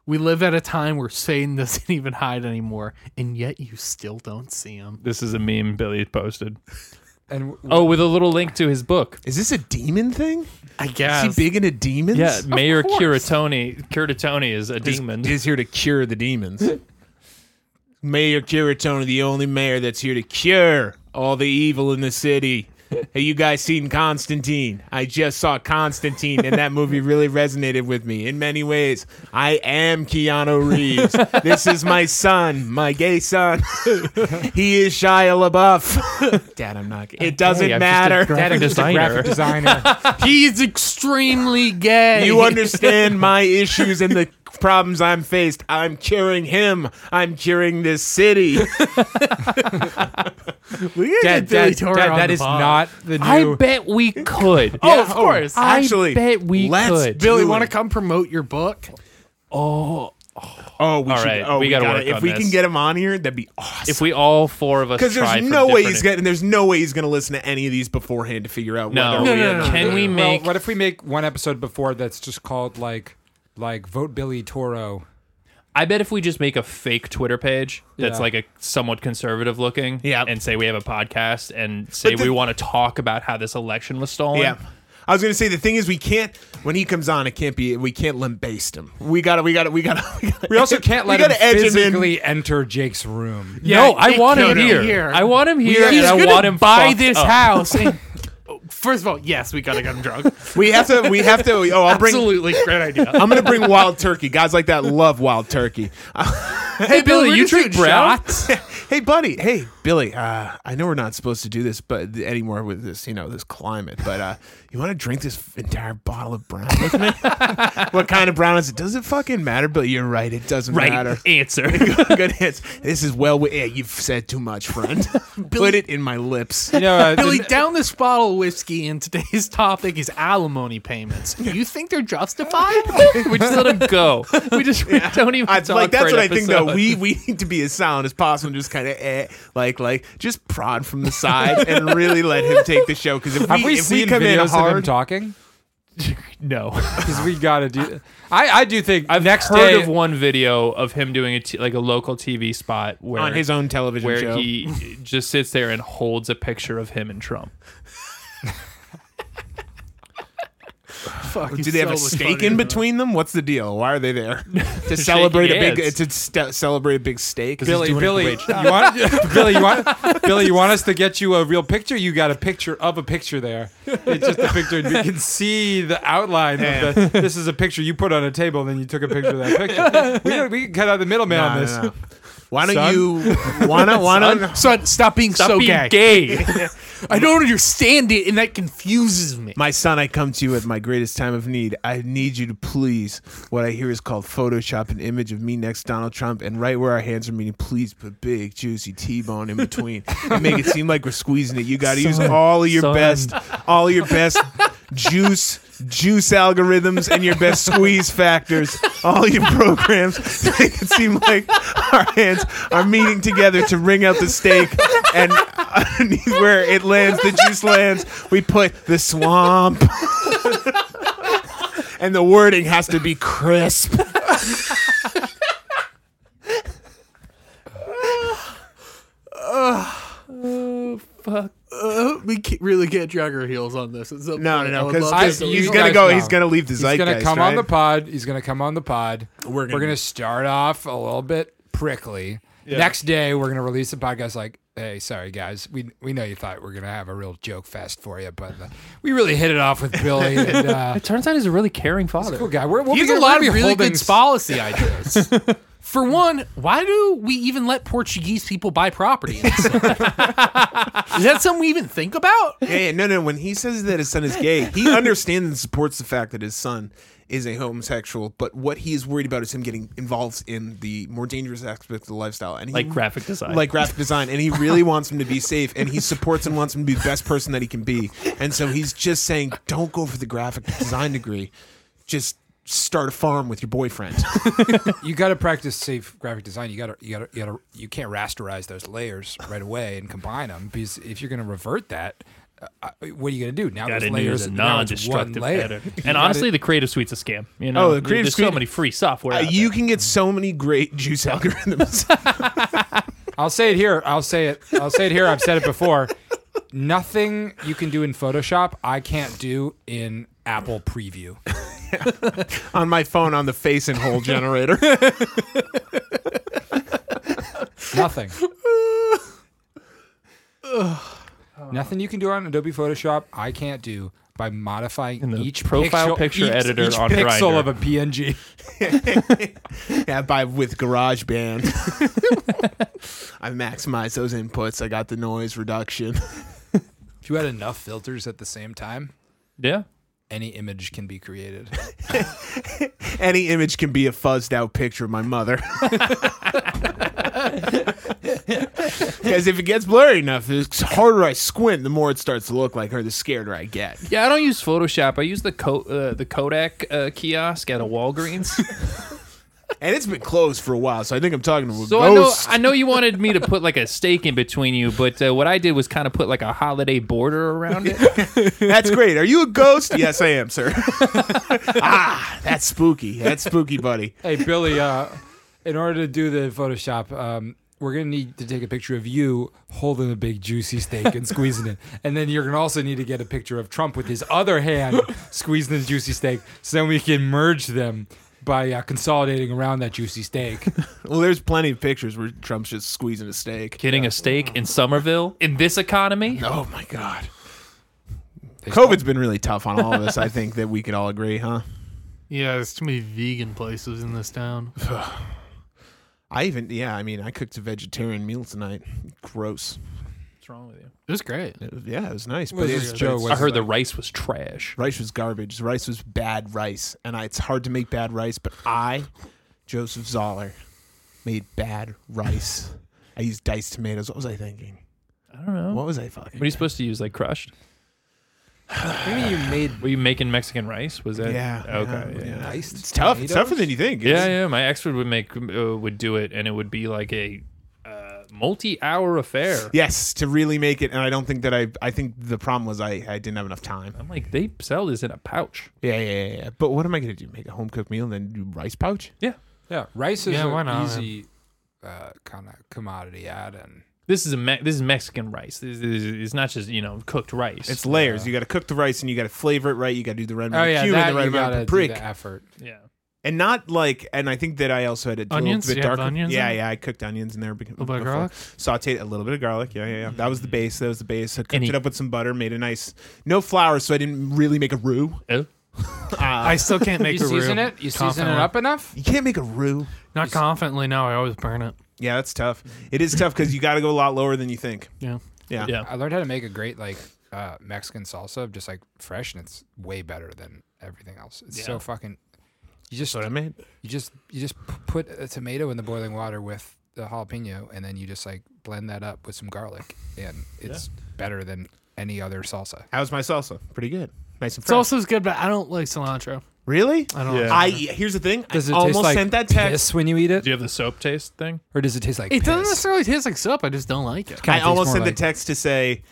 We live at a time where Satan doesn't even hide anymore, and yet you still don't see him.
This is a meme Billy posted.
and w-
Oh, with a little link to his book.
Is this a demon thing?
I guess.
Is he big into demons?
Yeah, Mayor
course.
Curatoni. Curatoni is a
He's-
demon.
He's here to cure the demons. mayor Curatone, the only mayor that's here to cure all the evil in the city. Hey, you guys seen Constantine? I just saw Constantine, and that movie really resonated with me in many ways. I am Keanu Reeves. This is my son, my gay son. he is Shia LaBeouf. Dad, I'm not gay. It doesn't
Hey, I'm just a
matter.
graphic
graphic
designer.
designer.
He's extremely gay.
You understand my issues and the problems I'm faced. I'm curing him. I'm curing this city.
We gotta
That-
get Billy
that-
Toro
that-
on
that
the
is
pod.
not the
I
new.
bet we could.
Oh, of course.
I
Actually,
bet we
let's
could.
do
Billy,
it.
want to come promote your book?
Oh, we
All
should.
right,
oh,
we gotta
gotta-
work
If
on
we
this.
can get him on here, that'd be awesome.
if we all four of us
Because
tried
there's
for
no way he's
different-
getting. There's no way he's gonna listen to any of these beforehand to figure out.
No,
whether
No,
we
no,
are
no,
not.
no.
Can we
well,
make?
what if we make one episode before that's just called like like vote Billy Toro?
I bet if we just make a fake Twitter page that's
Yeah.
like a somewhat conservative looking,
Yep.
and say we have a podcast and say
the-
we want to talk about how this election was stolen.
Yeah. I was gonna say the thing is we can't when he comes on it can't be we can't limp based him we gotta we gotta we gotta we, gotta,
We also can't let
we gotta edge
him
him in
physically enter Jake's room.
no, I
it
want him
can't be
here.
here.
I want him here.
He's
and I
gonna
want him
buy
fucked
this
up.
house. and- Oh, First of all, yes, we gotta get him drunk.
we have to we have to oh I'll bring
Absolutely, great idea.
I'm gonna bring wild turkey guys like that love wild turkey
Hey, Billy,
we're
you
just
drink
doing
brown?
shots.
hey buddy hey billy uh, i know we're not supposed to do this but anymore with this you know this climate but uh, you want to drink this entire bottle of brown with me what kind of brown is it does it fucking matter Billy? you're right it doesn't matter
Right answer.
good hits this is well wi- yeah, you've said too much friend put it in my lips
You know, uh,
Billy,
the-
down this bottle of whiskey, and today's topic is alimony payments. You think they're justified?
we just let him go. We just we don't even.
I,
talk
like
for
that's what I
an
think though.
episode.
We we need to be as sound as possible and just kind of eh, like like just prod from the side and really let him take the show. Because if we,
have we
if
seen
we come in
videos of him
hard,
talking?
no.
Because we gotta do. I I do think
I've
next
heard
day
of one video of him doing a t- like a local TV spot where
on his own television
where
show,
he just sits there and holds a picture of him and Trump.
Fuck,
Do they have a stake in between them? What's the deal? Why are they there to celebrate a big
hands.
to st- celebrate a big stake?
Billy, Billy, you want Billy, you want Billy, you want us to get you a real picture? You got a picture of a picture there. It's just a picture, and we can see the outline of the. This is a picture you put on a table, and then you took a picture of that picture. We, don't, we can cut out the middleman
No,
on
no,
this.
no. Why don't you? Why not? Why not?
Son, stop being
Stop
so
being
gay.
gay.
I don't understand it, and that confuses me.
My son, I come to you at my greatest time of need. I need you to please. What I hear is called Photoshop an image of me next to Donald Trump, and right where our hands are meeting, please put big, juicy T-bone in between and make it seem like we're squeezing it. You got to use all of your
son.
best, all of your best juice, juice algorithms, and your best squeeze factors. All your programs to make it seem like our hands are meeting together to wring out the steak and. Underneath where it lands, the juice lands. We put the swamp and the wording has to be crisp.
Uh, we ca- really can't drag our heels on this. It's
No, no, no,
I-
because
you
he's gonna
guys
go.
know.
He's gonna leave the
He's
zeitgeist.
gonna come on
right?
the pod. He's gonna come on the pod.
We're gonna-
we're gonna start off a little bit prickly. Next day, we're gonna release a podcast like, "Hey, sorry guys, we we know you thought we are gonna have a real joke fest for you, but uh, we really hit it off with Billy. And, uh,
It turns out he's a really caring father.
cool guy. We're, we'll
He's
be,
a lot
we
of really
holding
good policy ideas. For one, why do we even let Portuguese people buy property? in this land? Is that something we even think about?
Yeah, yeah, no, no. When he says that his son is gay, he understands and supports the fact that his son is a homosexual. But what he is worried about is him getting involved in the more dangerous aspects of the lifestyle, and he,
Like graphic design.
Mm-hmm. like graphic design, and he really wants him to be safe, and he supports and wants him to be the best person that he can be. And so he's just saying, don't go for the graphic design degree, just start a farm with your boyfriend.
you got to practice safe graphic design. You got to you got to you, gotta- you can't rasterize those layers right away and combine them because if you're going to revert that, uh, uh, what are you going to do now?
Gotta
those
do
layers
the
now it's one
non-destructive
layer.
edit.
You
And
gotta-
honestly, the Creative Suite's a scam. You know,
Oh, the Creative
There's so
Suite-
many free software.
Uh,
out
you can get so many great juice algorithms.
I'll say it here. I'll say it. I'll say it here. I've said it before. Nothing you can do in Photoshop I can't do in Apple Preview.
on my phone on the face and hole generator.
Nothing. Nothing you can do on Adobe Photoshop I can't do by modifying
the
each
profile
pixel-
picture
each-
editor
each
on
pixel
Grindr.
of a PNG.
yeah, by with GarageBand. I maximize those inputs. I got the noise reduction.
If you had enough filters at the same time,
there. Yeah.
any image can be created.
Any image can be a fuzzed out picture of my mother. Because if it gets blurry enough, the harder I squint, the more it starts to look like her, the scareder I get.
Yeah, I don't use Photoshop. I use the co- uh, the Kodak uh, kiosk at a Walgreens.
And it's been closed for a while, so I think I'm talking to a
So
ghost.
I know I know you wanted me to put like a stake in between you, but uh, what I did was kind of put like a holiday border around it.
That's great. Are you a ghost? yes, I am, sir. ah, that's spooky. That's spooky, buddy.
hey Billy, uh, in order to do the Photoshop, um, we're gonna need to take a picture of you holding a big juicy steak and squeezing it, and then you're gonna also need to get a picture of Trump with his other hand squeezing the juicy steak, so then we can merge them by uh, consolidating around that juicy steak.
Well, there's plenty of pictures where Trump's just squeezing a steak.
Getting a steak in Somerville in this economy.
Oh my God. COVID's been really tough on all of us. I think that we could all agree, huh?
Yeah, there's too many vegan places in this town.
I even, yeah, I mean, I cooked a vegetarian meal tonight. Gross.
What's wrong with you?
It was great.
It was- yeah, it was nice.
Was
it-
this Joe?
it's-
Was
I heard the rice was trash.
rice was garbage. Rice was bad rice, and I, it's hard to make bad rice. But I, Joseph Zoller, made bad rice. I used diced tomatoes. What was I thinking?
I don't know.
What was I
What are
fucking?
you supposed to use? Like crushed?
Maybe you made
Were you making Mexican rice? Was that?
Yeah.
Okay. Yeah.
yeah,
Yeah.
yeah.
diced
It's tough. It's tougher than you think.
Yeah.
It's-
My ex would make uh, would do it, and it would be like a uh, multi-hour affair.
Yes, to really make it. And I don't think that I. I think the problem was I. I didn't have enough time.
I'm like, they sell this in a pouch.
Yeah, yeah, yeah, yeah. But what am I gonna do? Make a home cooked meal and then do rice pouch?
Yeah.
yeah rice is
Yeah, why
an
not,
easy uh, kind of commodity add and.
This is a me- this is Mexican rice. This is, it's not just you know cooked rice.
It's layers. You got to cook the rice and you got to flavor it right. You got to do the right
Oh
amount
yeah,
of cumin,
that
the right
you
amount
gotta
of
do
paprika,
the effort.
yeah.
and not like. And I think that I also had a
Onions?
little bit
You have
darker.
onions
yeah,
in it?
yeah. I cooked onions in there. A little
bit of garlic?
Sauteed a little bit of garlic. Yeah, yeah, yeah. That was the base. That was the base. I cooked
Any-
it up with some butter. Made a nice no flour, so I didn't really make a roux.
Oh.
I still can't make
You
the roux
season it. You season it
confidently.
up enough.
You can't make a roux.
Not confidently. No, I always burn it.
Yeah, that's tough. It is tough because you got to go a lot lower than you think.
Yeah.
Yeah.
Yeah.
I learned how to make a great like uh, Mexican salsa, just like fresh, and it's way better than everything else. It's so fucking. You just
That's what I made.
you just you just p- put a tomato in the boiling water with the jalapeno, and then you just like blend that up with some garlic, and it's better than any other salsa.
How's my salsa? Pretty good. Nice and fresh.
Salsa's good, but I don't like cilantro.
Really?
I don't.
Yeah.
Like
I here's the thing.
Does it
I almost
taste like
sent that text.
piss when you eat it,
Do you have the soap taste thing?
or does it taste like
it
piss?
doesn't necessarily taste like soap. I just don't like it.
Kinda
I
tastes
almost
more
sent
like-
the text to say,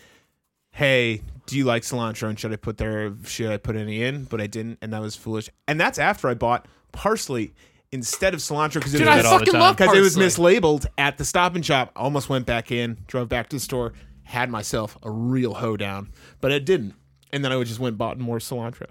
"Hey, do you like cilantro? And should I put there? Should I put any in?" But I didn't, and that was foolish. And that's after I bought parsley instead of cilantro because it
Dude,
was
I
that all the
fucking
time.
love
because it was
parsley.
mislabeled at the Stop and Shop. I almost went back in, drove back to the store, had myself a real hoedown, but I didn't. And then I just went and bought more cilantro.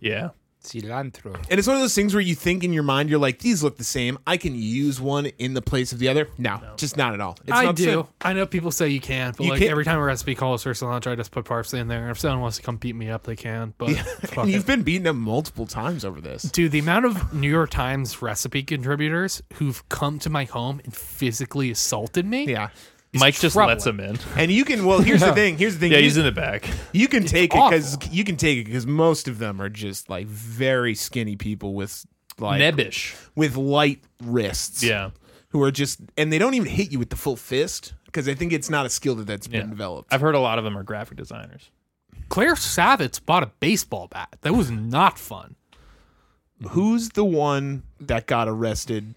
Yeah.
cilantro.
And it's one of those things where you think in your mind, you're like, these look the same. I can use one in the place of the other. No, just not at all. It's
I
not the same.
do. I know people say you can, but
You
like
can't-
every time a recipe calls for cilantro, I just put parsley in there. If someone wants to come beat me up, they can. But fuck
And
it.
you've been beaten up multiple times over this.
Dude, the amount of New York Times recipe contributors who've come to my home and physically assaulted me.
Yeah.
Mike just
troubling.
lets him in.
And you can, well, here's the thing. Here's the thing.
Yeah,
you,
he's in the back.
you can take it
awful.
because you can take it because most of them are just like very skinny people with like
Nebbish.
with light wrists.
Yeah.
who are just and they don't even hit you with the full fist because I think it's not a skill that that's
Yeah.
been developed.
I've heard a lot of them are graphic designers.
Claire Savitz bought a baseball bat. That was not fun.
Who's the one that got arrested?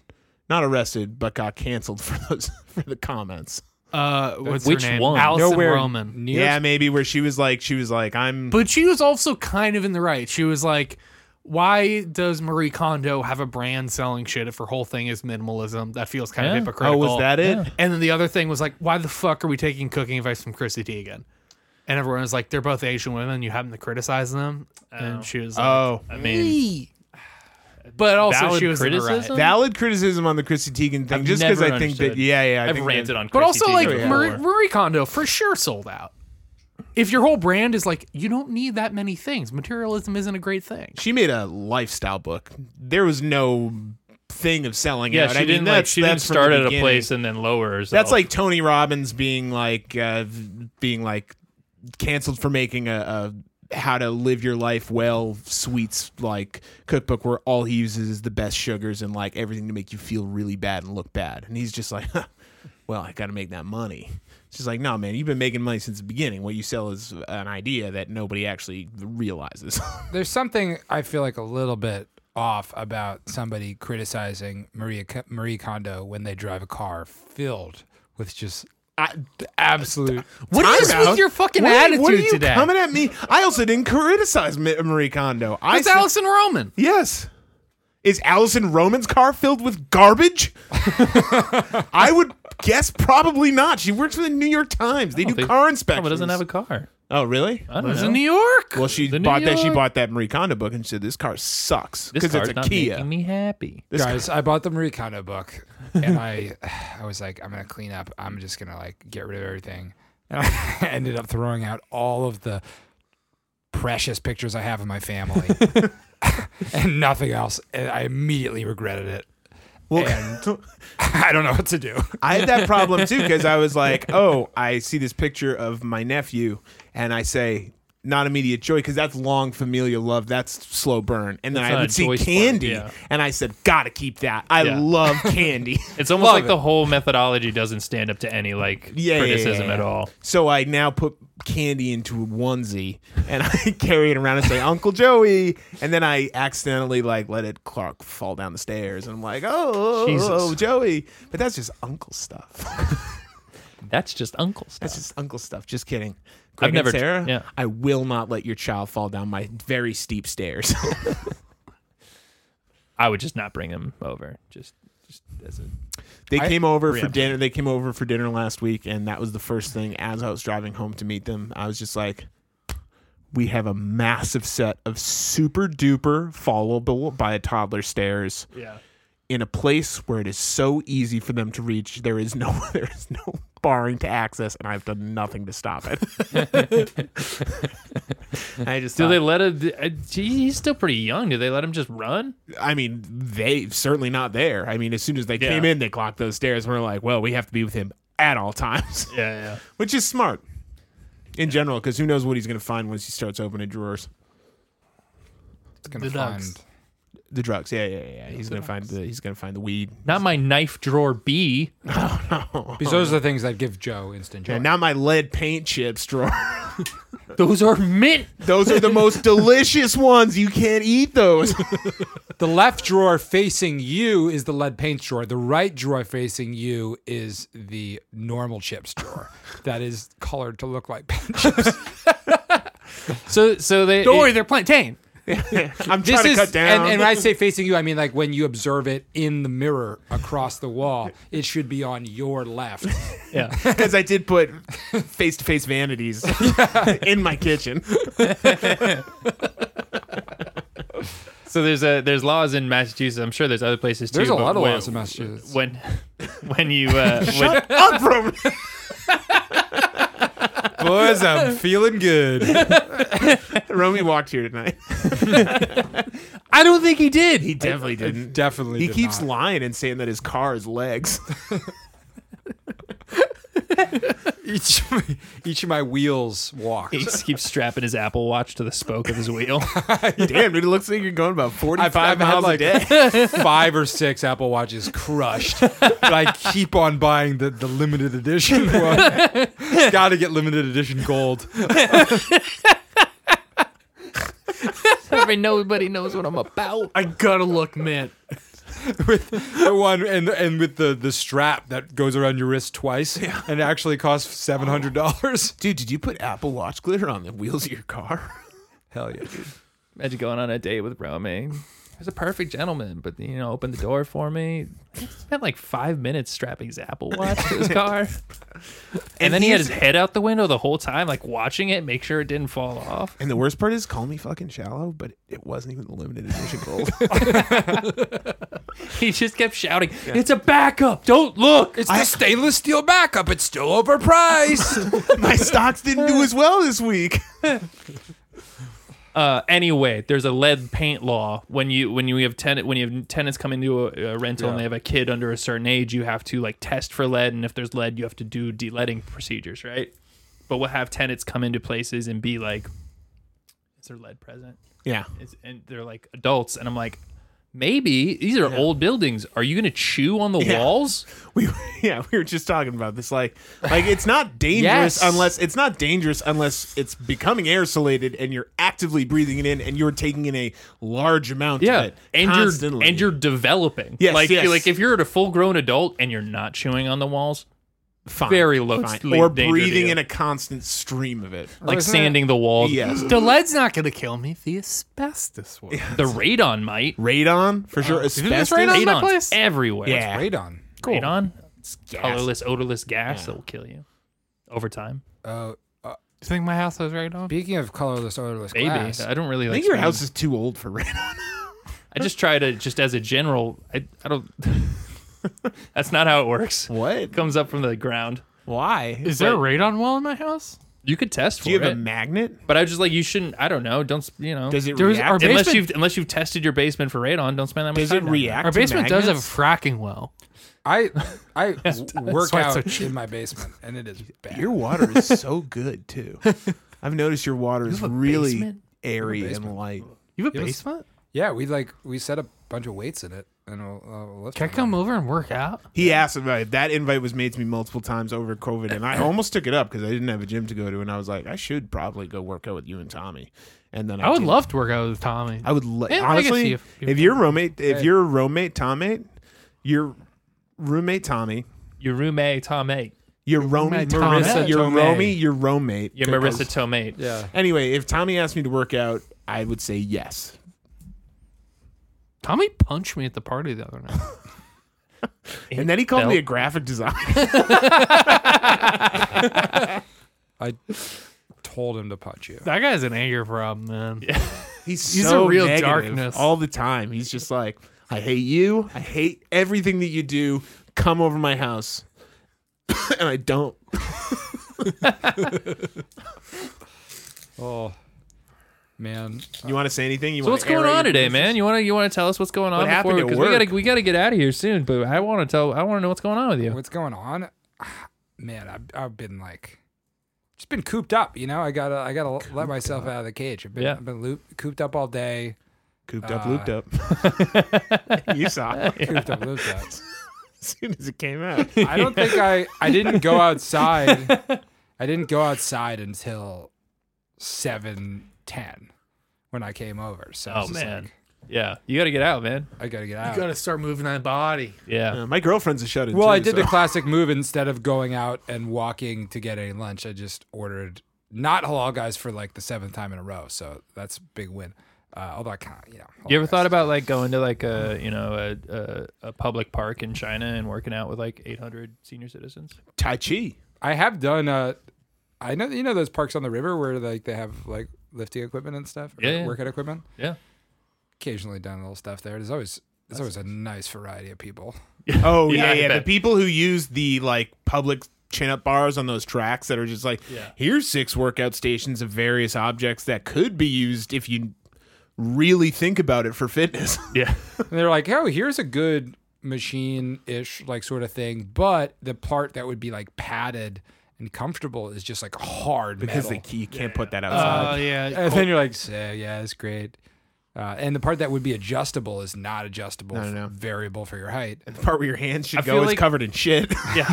Not arrested, but got canceled for those for the comments.
Uh, what's
Which
her name?
one?
Allison
Nowhere
Roman.
near.
Yeah, maybe where she was like, she was like, I'm.
But she was also kind of in the right. She was like, "Why does Marie Kondo have a brand selling shit if her whole thing is minimalism? That feels kind
Yeah.
of
oh,
hypocritical."
was that it?
And then the other thing was like, why the fuck are we taking cooking advice from Chrissy Teigen? And everyone was like, they're both Asian women. You happen to criticize them, and she was like,
Oh,
I mean,
but also
valid
she was in the right.
criticism?
valid criticism on the Chrissy Teigen thing,
I've
just because
never
I think that.
understood.
Yeah, yeah. I
I've
think
ranted
that-
on.
But also,
Chrissy
like
Teigen Oh,
Marie,
before.
Marie Kondo for sure sold out. If your whole brand is like, you don't need that many things. Materialism isn't a great thing.
She made a lifestyle book. There was no thing of selling
yeah,
out.
she
I mean,
didn't like.
that's-
She didn't
that's from
start
the
at a
beginning.
place and then lower herself.
That's like Tony Robbins being like uh, v- being like canceled for making a, a how to live your life well sweets like cookbook where all he uses is the best sugars and like everything to make you feel really bad and look bad. And he's just like, huh, well, I got to make that money. It's just like, no, man, you've been making money since the beginning. What you sell is an idea that nobody actually realizes.
there's something I feel like a little bit off about somebody criticizing Maria K- Marie Kondo when they drive a car filled with just
I,
absolute.
what
is with your fucking
what are
attitude
you
today?
coming at me? I also didn't criticize Ma- Marie Kondo. I
It's
said-
Allison Roman.
Yes. Is Allison Roman's car filled with garbage? I would guess probably not. She works for the New York Times. They do
think-
car inspections.
Someone doesn't have a car.
oh, really?
I don't
Lives
know.
in New York.
Well, she
The New
bought that. She
York-
bought that Marie Kondo book and she said this car sucks
this
because
car's
it's a
not
Kia.
making me happy.
This
Guys, I bought the Marie Kondo book, and I, I was like, I'm gonna clean up. I'm just gonna like get rid of everything, and I ended up throwing out all of the precious pictures I have of my family, and nothing else. And I immediately regretted it.
well,
I don't know what to do.
I had that problem too because I was like, oh, I see this picture of my nephew, and I say. Not immediate joy because that's long familial love. That's slow burn. And then
That's
I
not
would
a
see
joy spark,
candy,
yeah.
and I said, "Gotta keep that. I
Yeah.
love candy."
It's almost like the whole methodology doesn't stand up to any like
Yeah, yeah,
criticism
yeah, yeah.
at all.
So I now put candy into a onesie and I carry it around and say Uncle Joey, and then I accidentally like let it Clark fall down the stairs, and I'm like, oh,
Jesus.
oh, Joey. But that's just Uncle stuff.
That's just Uncle stuff.
That's just Uncle stuff. Just kidding. Greg and
never-
Sarah.
yeah.
I will not let your child fall down my very steep stairs.
I would just not bring them over. Just, just as a
they
I-
came over for
Preemptive.
dinner. They came over for dinner last week, and that was the first thing as I was driving home to meet them. I was just like, "We have a massive set of super duper followable by a toddler stairs.
yeah.
in a place where it is so easy for them to reach. There is no there is no barring to access, and I've done nothing to stop it. I just
Do
thought-
they let him? uh, gee, He's still pretty young. Do they let him just run?
I mean, they certainly not there. I mean, as soon as they came in, they clocked those stairs. And we're like, well, we have to be with him at all times,
Yeah, yeah.
which is smart in general because who knows what he's going to find once he starts opening drawers.
It's gonna
The
find.
ducks.
The drugs, yeah, yeah, yeah. He's going to find the he's going to find the weed.
Not my knife drawer B.
Because those are the things that give Joe instant joy.
And not my lead paint chips drawer.
Those are mint.
those are the most delicious ones. You can't eat those.
the left drawer facing you is the lead paint drawer. The right drawer facing you is the normal chips drawer that is colored to look like paint chips.
So, so they.
Don't worry, they're plantain.
I'm trying to
is,
cut down.
And, and when I say facing you, I mean like when you observe it in the mirror across the wall, it should be on your left.
yeah.
because I did put face to face vanities in my kitchen.
So there's a there's laws in Massachusetts. I'm sure there's other places too.
There's a
but
lot of
when-
laws in Massachusetts.
When, when you uh, when,
Up from
Boys, I'm feeling good.
Romy walked here tonight.
I don't think he did. He
Definitely didn't.
Definitely.
He
did
keeps
not.
lying and saying that his car is legs.
Each, of my- each of my wheels walked.
He just keeps strapping his Apple Watch to the spoke of his wheel.
Damn, dude, it looks like you're going about 45
I've had,
miles
like-
a day.
Five or six Apple Watches crushed, but I keep on buying the, the limited edition one. Got to get limited edition gold.
Everybody nobody knows what I'm about.
I gotta look mint.
with the one and and with the the strap that goes around your wrist twice and it actually costs seven hundred dollars.
Dude, did you put Apple Watch glitter on the wheels of your car?
Hell yeah, dude.
Imagine going on a date with Romy. He was a perfect gentleman, but you know, opened the door for me. He spent like five minutes strapping his Apple Watch to his car, and, then he had his head out the window the whole time, like watching it, make sure it didn't fall off.
And the worst part is, call me fucking shallow, but it wasn't even the limited edition gold.
He just kept shouting, "It's a backup! Don't look!"
It's the stainless steel backup. It's still overpriced.
my stocks didn't do as well this week.
Uh, anyway, there's a lead paint law when you when you have tenant when you have tenants come into a, a rental and they have a kid under a certain age, you have to like test for lead, and if there's lead, you have to do de-leading procedures, right? But we'll have tenants come into places and be like, "Is there lead present?"
Yeah.
Is, and they're like adults, and I'm like, "Maybe these are old buildings. Are you gonna chew on the
Yeah.
walls?"
We yeah, we were just talking about this. Like like it's not dangerous
Yes.
unless it's not dangerous unless it's becoming aerosolated and you're actively breathing it in and you're taking in a large amount of it.
and
constantly.
you're and you're developing.
Yes,
like
yes.
like if you're a full grown adult and you're not chewing on the walls,
Fine,
very low
fine.
sleep
or
danger to
breathing
you.
in a constant stream of it.
like sanding the walls.
Yes.
The lead's not gonna kill me. The asbestos will.
The radon might.
Radon for sure.
you do this
Asbestos.
radon? my
Radon's
place?
everywhere.
Yeah.
Radon.
Cool. Radon, it's colorless, odorless gas that will kill you over time.
Uh,
You think my house has radon?
speaking of colorless, odorless
Maybe
glass,
I don't really
I
like.
think your
screens.
house is too old for radon.
I just try to just as a general. I I don't. that's not how it works.
What?
It comes up from the ground.
Why?
Is there a
But-
radon well in my house?
You could test for
Do you have
it,
a magnet?
but I was just like you shouldn't. I don't know. Don't s- you know?
Does it
There's- our
react?
ba-
unless
basement-
you've unless you've tested your basement for radon, don't spend that much
Does
time.
it
down
react?
Our
to
basement does have a
magnets?
fracking well.
I I work
why it's so
out
cheap.
in my basement and it is bad.
Your water is so good too. I've noticed your water is really
basement?
airy and light.
You have a
Yes.
basement?
yeah, we like we set a bunch of weights in it and we'll, uh, lift
Can I
them.
come over and work out?
He asked about it. That invite was made to me multiple times over COVID, and I almost took it up because I didn't have a gym to go to, and I was like, I should probably go work out with you and Tommy. And then I,
I would
didn't.
love to work out with Tommy.
I would lo-
Yeah, I can
honestly.
see
if,
if-
your roommate, if your roommate Tommate, your roommate Tommy,
Your roommate, Tom Mate.
your roommate
Roommate
Marissa,
Tomate.
your
Tomate.
Romy, your roommate,
Your Marissa Tomate.
Yeah.
Anyway, if Tommy asked me to work out, I would say yes.
Tommy punched me at the party the other night.
And then he called me
Belt.
a graphic designer.
I told him to punch you.
that guy's an anger problem, man.
He's,
He's
so
a real
negative
darkness.
all the time. He's just like, I hate you. I hate everything that you do. Come over my house. and I don't.
Oh, man.
You want to say anything? You
So what's going on today, man? You want to you want to tell us what's going on?
What happened
before,
at
'cause we gotta
work?
we gotta get out of here soon. But I want to tell I want to know what's going on with you.
What's going on? Ah, Man, I've, I've been like, just been cooped up. You know, I gotta I gotta let myself out of the cage. I've been,
Yeah.
I've been loop, cooped up all day.
Cooped up, looped up. you saw it
Cooped up, looped up.
as soon as it came out.
I don't think I I didn't go outside. I didn't go outside until seven ten when I came over. So I was
Oh
just
man, yeah, you gotta get out, man.
like, I gotta get out.
You gotta start moving that body.
Yeah,
Uh, my girlfriend's a shut in.
well, I did the classic move instead of going out and walking to get any lunch. I just ordered not halal guys for like the seventh time in a row. So that's a big win. Uh, although I kind of you know.
You ever
halal
thought
guys-
about like going to like a you know a, a, a public park in China and working out with like 800 senior citizens?
Tai Chi.
I have done. Uh, I know you know those parks on the river where like they have like lifting equipment and stuff. or
Yeah, yeah.
Workout equipment.
Yeah,
occasionally done a little stuff there. There's always there's always a nice variety of people.
Oh
Yeah,
yeah,
I
yeah. The
bet.
people who use the like public chin up bars on those tracks that are just like, here's six workout stations of various objects that could be used if you really think about it for fitness.
yeah,
And they're like, oh, here's a good machine ish like sort of thing, but the part that would be like padded and comfortable is just like hard
Because
metal.
like, you can't put that
Oh
outside.
yeah.
and then you're like, so, yeah, that's great. Uh, and the part that would be adjustable is not adjustable,
No, no, no.
variable for your height.
the part where your hands should
I
go
feel
is
like-
covered in shit.
yeah.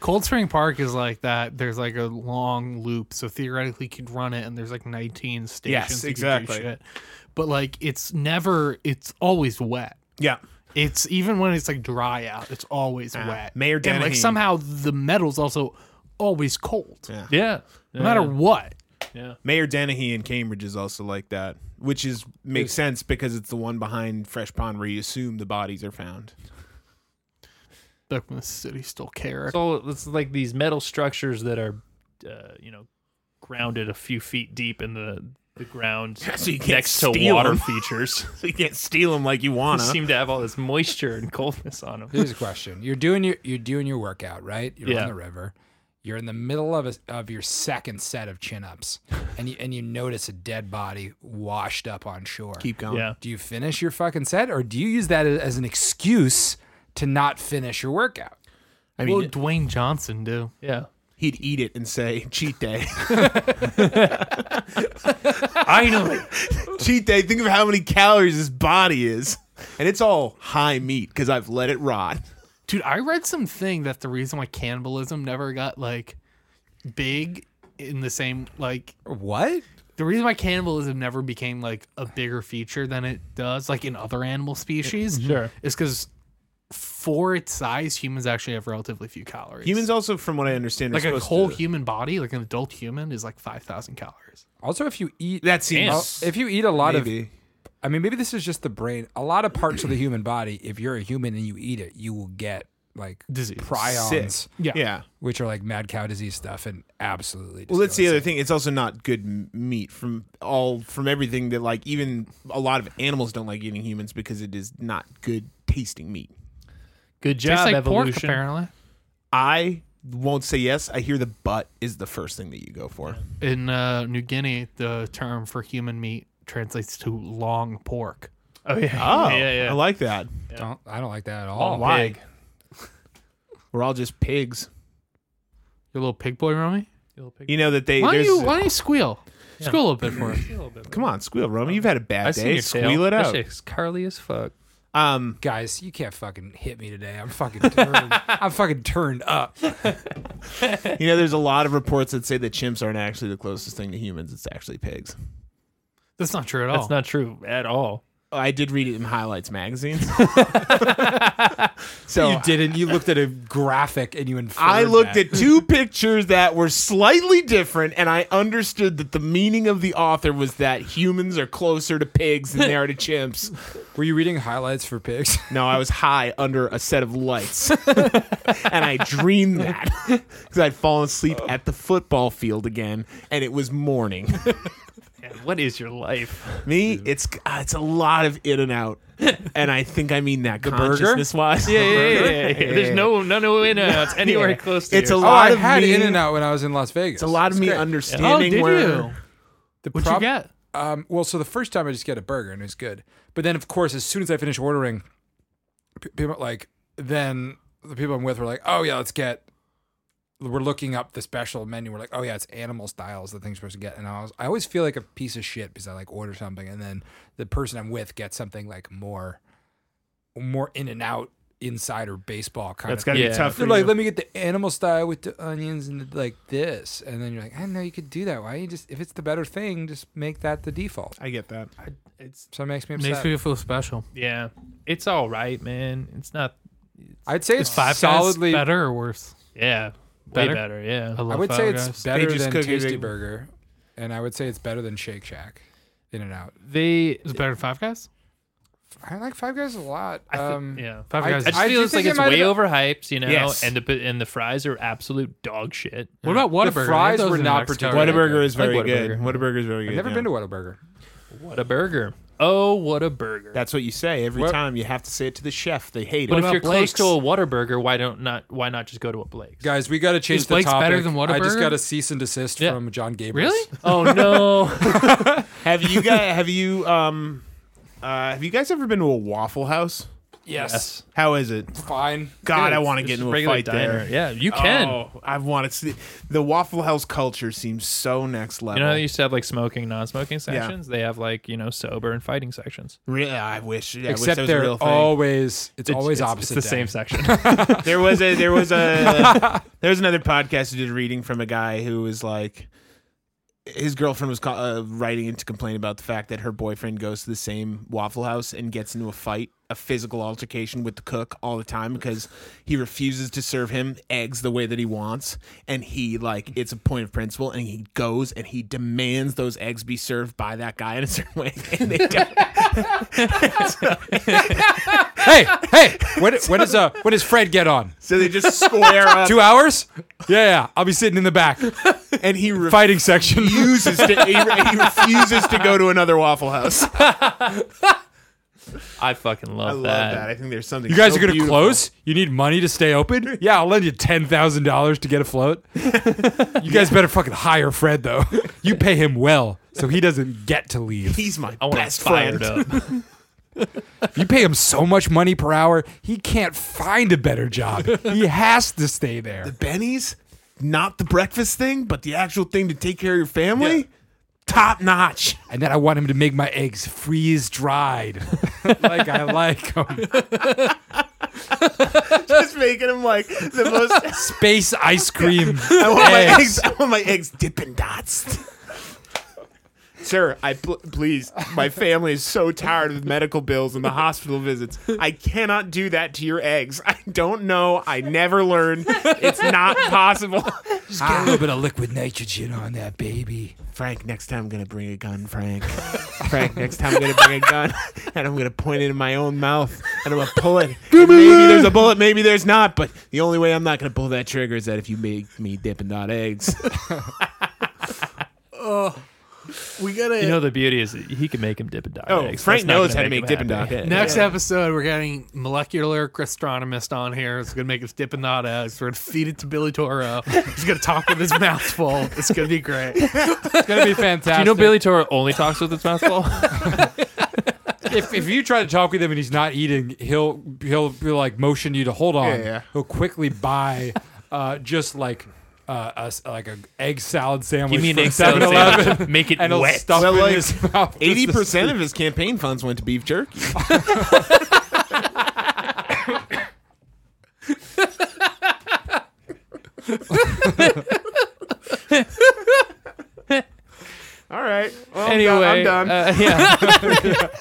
Cold Spring Park is like that. There's like a long loop, so theoretically you could run it, and there's like 19 stations.
Yes,
you could do
exactly.
shit. But like, it's never. It's always wet.
yeah.
It's even when it's like dry out, it's always wet.
Ah, Mayor
and like
Dennehy.
somehow the metal's also always cold,
yeah.
no matter what.
Mayor Dennehy in Cambridge is also like that, which is makes sense because it's the one behind Fresh Pond where you assume the bodies are found.
The city still care.
It's all it's like these metal structures that are, uh, you know, grounded a few feet deep in the the ground
So you can't
next to
steal
water
'em.
features.
So you can't steal them like you want to.
Seem to have all this moisture and coldness on them.
Here's a question: You're doing your you're doing your workout, right? You're
Yeah.
on the river. You're in the middle of a, of your second set of chin ups, and you and you notice a dead body washed up on shore.
Keep going.
Yeah,
do you finish your fucking set, or do you use that as an excuse to not finish your workout?
I
What
mean,
would Dwayne Johnson do?
yeah.
he'd eat it and say cheat day.
Finally,
cheat day. Think of how many calories this body is, and it's all high meat because I've let it rot.
Dude, I read something that the reason why cannibalism never got like big in the same like
What?
the reason why cannibalism never became like a bigger feature than it does like in other animal species
Mm-hmm. sure.
is because for its size humans actually have relatively few calories
Humans also, from what I understand,
like
are
a
supposed
whole
to-
human body like an adult human is like 5000 calories
Also, if you eat
that
Damn.
seems
Uh, if you eat a lot of
maybe.
I mean, maybe this is just the brain. A lot of parts of the human body, if you're a human and you eat it, you will get like
Disease.
prions,
Sick.
yeah
yeah.
which are like mad cow disease stuff, and absolutely.
Well, that's the
disgusting.
other thing. It's also not good m- meat from all from everything that like even a lot of animals don't like eating humans because it is not good tasting meat.
Good
tastes
job,
like
evolution.
pork apparently
I won't say yes. I hear the butt is the first thing that you go for.
in uh, new guinea the term for human meat translates to long pork
Oh yeah.
Oh,
yeah, yeah.
I like that.
Don't, I don't like that at
Oh,
all.
why?
pig.
We're all just pigs.
your little pig boy romy
You know that they.
why don't
there's,
you why don't you squeal squeal a little bit for us
Come on, squeal, Roman. You've had a bad
I've seen
day.
your tail.
Squeal it
That
out.
shit's curly as fuck.
Um,
Guys, you can't fucking hit me today. I'm fucking turned. I'm fucking turned up.
You know, there's a lot of reports that say that chimps aren't actually the closest thing to humans. It's actually pigs.
that's not true at all
That's not true at all.
I did read it in Highlights magazine. so
You didn't. You looked at a graphic and you inferred.
Oh. I looked
that.
at two pictures that were slightly different, and I understood that the meaning of the author was that humans are closer to pigs than they are to chimps.
Were you reading highlights for pigs?
No, I was high under a set of lights, and I dreamed that Oh. because I'd fallen asleep at the football field again, and it was morning.
What is your life?
Me, it's uh, it's a lot of in and out, and I think I mean that
burger?
consciousness wise.
Yeah, yeah, yeah, yeah, yeah. There's no no no in and outs anywhere close to
It's
yours.
a
Oh,
lot
I
of
had
me-
In and Out when I was in Las Vegas.
It's a lot of me
great.
Oh,
understanding
did
where
you?
The
What'd you
prob-
get?
Um, well, so the first time I just get a burger and it's good, but then of course as soon as I finish ordering, p- people like then the people I'm with were like, "Oh yeah, let's get." We're looking up the special menu. We're like, "Oh yeah, it's animal style is the thing you're supposed to get." And I was, I always feel like a piece of shit because I like order something and then the person I'm with gets something like more, more in and out insider baseball kind
that's
of.
gotta
Yeah.
be tough. For
They're like,
you.
let me get the animal style with the onions and the, like this, and then you're like, I know you could do that. Why you just if it's the better thing, just make that the default.
I get that.
it's
So it makes me upset.
Makes me feel special.
yeah. It's all right, man. It's not
I'd say it's,
Five
solidly.
Guys better or worse?
yeah. Way
Better?
better, yeah.
I
I
love
would
Five
say it's
Guys.
better
Page's
than
Cookie
Tasty
Big-
Burger, and I would say it's better than Shake Shack, In and Out.
They
Is it better than Five Guys?
I like Five Guys a lot.
I thi-
um,
yeah.
Five
I-
Guys.
I just
I do
feel it's like
think it
it's
might
way
have-
overhyped, you know,
Yes.
and the and the fries are absolute dog shit.
What about Whataburger? They have
fries
those
were
in
not
Mexico,
particularly-
right?
Whataburger is
Like
very good.
Whataburger.
Whataburger is very good.
I've never
yeah.
been to Whataburger.
What a burger! Oh, what a burger!
That's what you say every
What-
time. You have to say it to the chef. They hate
but
it.
if
about
you're
Blake's?
close to a Whataburger, why don't not why not just go to a Blake's?
Guys, we got to change
Is
the
Blake's
topic.
better than
I just
Whataburger?
got a cease and desist
Yeah.
from John Gabriel.
Really?
Oh no!
have you guys? Have you um? Uh, have you guys ever been to a Waffle House?
Yes.
How is it?
Fine.
God, I
It's-
want to
it's
get
just
into a
regular
fight
diner.
there.
Yeah, you can.
Oh, I want to see the Waffle House culture seems so next level.
You know how they used to have like smoking, non-smoking
Yeah.
sections. They have like you know sober and fighting sections.
Really, I wish. Yeah,
Except
I wish that was a
they're
real thing.
always it's, always
it's,
opposite.
It's the
day.
same section.
there was a there was a there was another podcast who did reading from a guy who was like his girlfriend was call, uh, writing in to complain about the fact that her boyfriend goes to the same waffle house and gets into a fight a physical altercation with the cook all the time because he refuses to serve him eggs the way that he wants and he like it's a point of principle and he goes and he demands those eggs be served by that guy in a certain way and they don't
hey, hey, when, when is uh when does Fred get on?
so they just square up
Two hours? Yeah, yeah. I'll be sitting in the back,
and he refuses
fighting section.
refuses to he, he refuses to go to another Waffle House. I
I fucking love,
love
that.
that. I think there's something.
You guys
so
are gonna
beautiful.
close. You need money to stay open. Yeah, I'll lend you ten thousand dollars to get afloat. You guys better fucking hire Fred though. You pay him well, so he doesn't get to leave.
He's my
I want
best
to fired
friend.
up.
If you pay him so much money per hour, he can't find a better job. He has to stay there.
Benny's, not the breakfast thing, but the actual thing to take care of your family. Top notch.
And then I want him to make my eggs freeze dried, like I like 'em.
Just making him like the most.
Space ice cream.
I want my
Eggs.
eggs. I want my eggs dipping dots. Sir, I pl- please. My family is so tired of medical bills and the hospital visits. I cannot do that to your eggs. I don't know. I never learned. It's not possible.
Just get a little bit of liquid nitrogen on that baby.
Frank, next time I'm gonna bring a gun, Frank. Frank, next time I'm gonna bring a gun and I'm gonna point it in my own mouth and I'm gonna pull it. And maybe there's a bullet, maybe there's not, but the only way I'm not gonna pull that trigger is that if you make me dipping dot eggs.
Oh, We gotta.
You know the beauty is that he can make him dip and dye. eggs.
oh, Frank
That's not
knows
gonna
how to make
him
dipping
happy.
dot eggs.
Next episode, we're getting molecular gastronomist on here. It's gonna make us dip and not eggs. We're gonna feed it to Billy Toro. He's gonna talk with his mouth full. It's gonna be great.
It's gonna be fantastic.
You know Billy Toro only talks with his mouth full.
if, if you try to talk with him and he's not eating, he'll he'll, he'll like motion you to hold on.
Yeah, yeah.
He'll quickly buy uh, just like uh, a s- like a egg salad sandwich.
Give me an
from
egg salad
7-Eleven,
sandwich. Make it
and he'll
wet.
stuff
Well,
it in
like,
his mouth.
Eighty percent of his campaign funds went to beef jerky. All right. Well, I'm done-
anyway,
I'm done.
uh, yeah.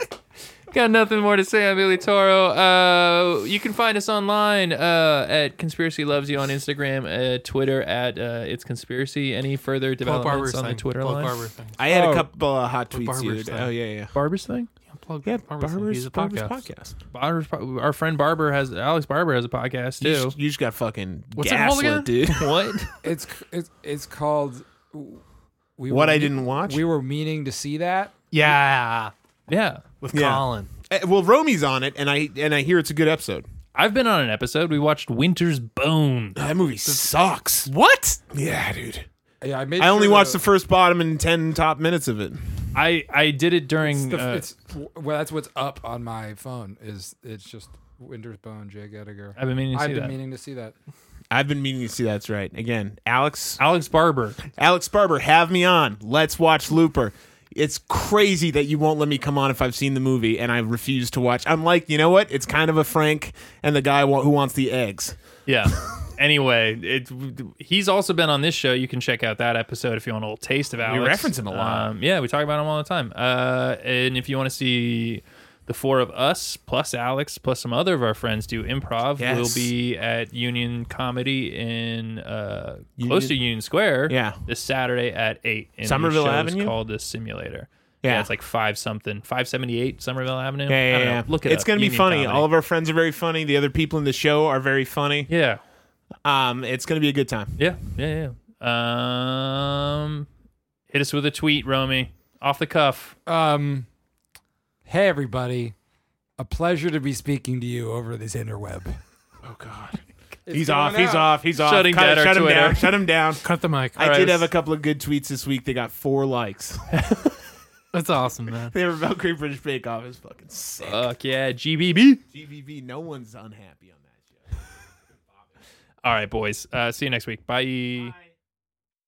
Got nothing more to say on Billy Toro. Uh, you can find us online uh, at Conspiracy Loves You on Instagram, uh, Twitter at uh, It's Conspiracy. Any further
Plug Barber
developments on the
thing.
Twitter
Plug
line?
Barber thing.
I had
Oh.
a couple of hot tweets the
Barber's
other day.
thing.
Oh yeah, yeah.
Barber's thing?
Plug
Yeah,
Barber thing. He's
Barber's,
a
Barber's
podcast.
podcast.
Barber's, pro- our friend Barber has Alex Barber has a podcast
You
too.
just, you just got fucking
What's it called
gaslit, dude.
What?
It's c- it's it's called. we
What
were
I
me-
didn't watch?
We were meaning to see that.
Yeah,
Yeah.
with
Yeah.
Colin.
Eh, Well, Romy's on it, and I and I hear it's a good episode.
I've been on an episode. We watched Winter's Bone.
That movie sucks.
What?
Yeah, dude.
Yeah, I made.
I only
sure
watched
to-
the first bottom and ten top minutes of it.
I I did it during.
the-
uh,
it's, well, that's what's up on my phone. Is it's just Winter's Bone, Jay Gediger.
I've been meaning to
I've
see
been
that.
meaning to see that.
I've been meaning to see that's right. Again, Alex
Alex Barber.
Alex Barber, have me on. Let's watch Looper. It's crazy that you won't let me come on if I've seen the movie and I refuse to watch. I'm like, you know what? It's kind of a Frank and the guy wa- who wants the eggs.
Yeah. anyway, it he's also been on this show. You can check out that episode if you want a little taste of Alex.
reference him a lot.
Um, yeah, we talk about him all the time. Uh, and if you want to see the four of us plus Alex plus some other of our friends do improv,
Yes.
we'll be at Union Comedy in uh,
Union-
close to Union Square.
Yeah.
this Saturday at eight. And the
Somerville
show's
Avenue?
called the Simulator.
Yeah.
Yeah. it's like five something, five seventy eight Somerville Avenue.
Yeah,
I
yeah,
don't know.
yeah.
Look, it
it's
up.
gonna be
Union
funny.
Comedy.
All of our friends are very funny. The other people in the show are very funny.
yeah,
Um, it's gonna be a good time.
Yeah, yeah, yeah. Um, hit us with a tweet, Romy, off the cuff.
Um, hey everybody, a pleasure to be speaking to you over this interweb.
Oh God, he's off. He's
off.
off. He's off.
Shutting
Cut-
down our
shut him
Twitter.
down. Shut him down.
Cut the mic.
I
right,
did
let's-
have a couple of good tweets this week. They got four likes.
That's awesome, man.
they were about Great British Bake Off. It's fucking sick.
Fuck yeah, GBB.
GVB. No one's unhappy on that show.
All right, boys. Uh, see you next week. Bye.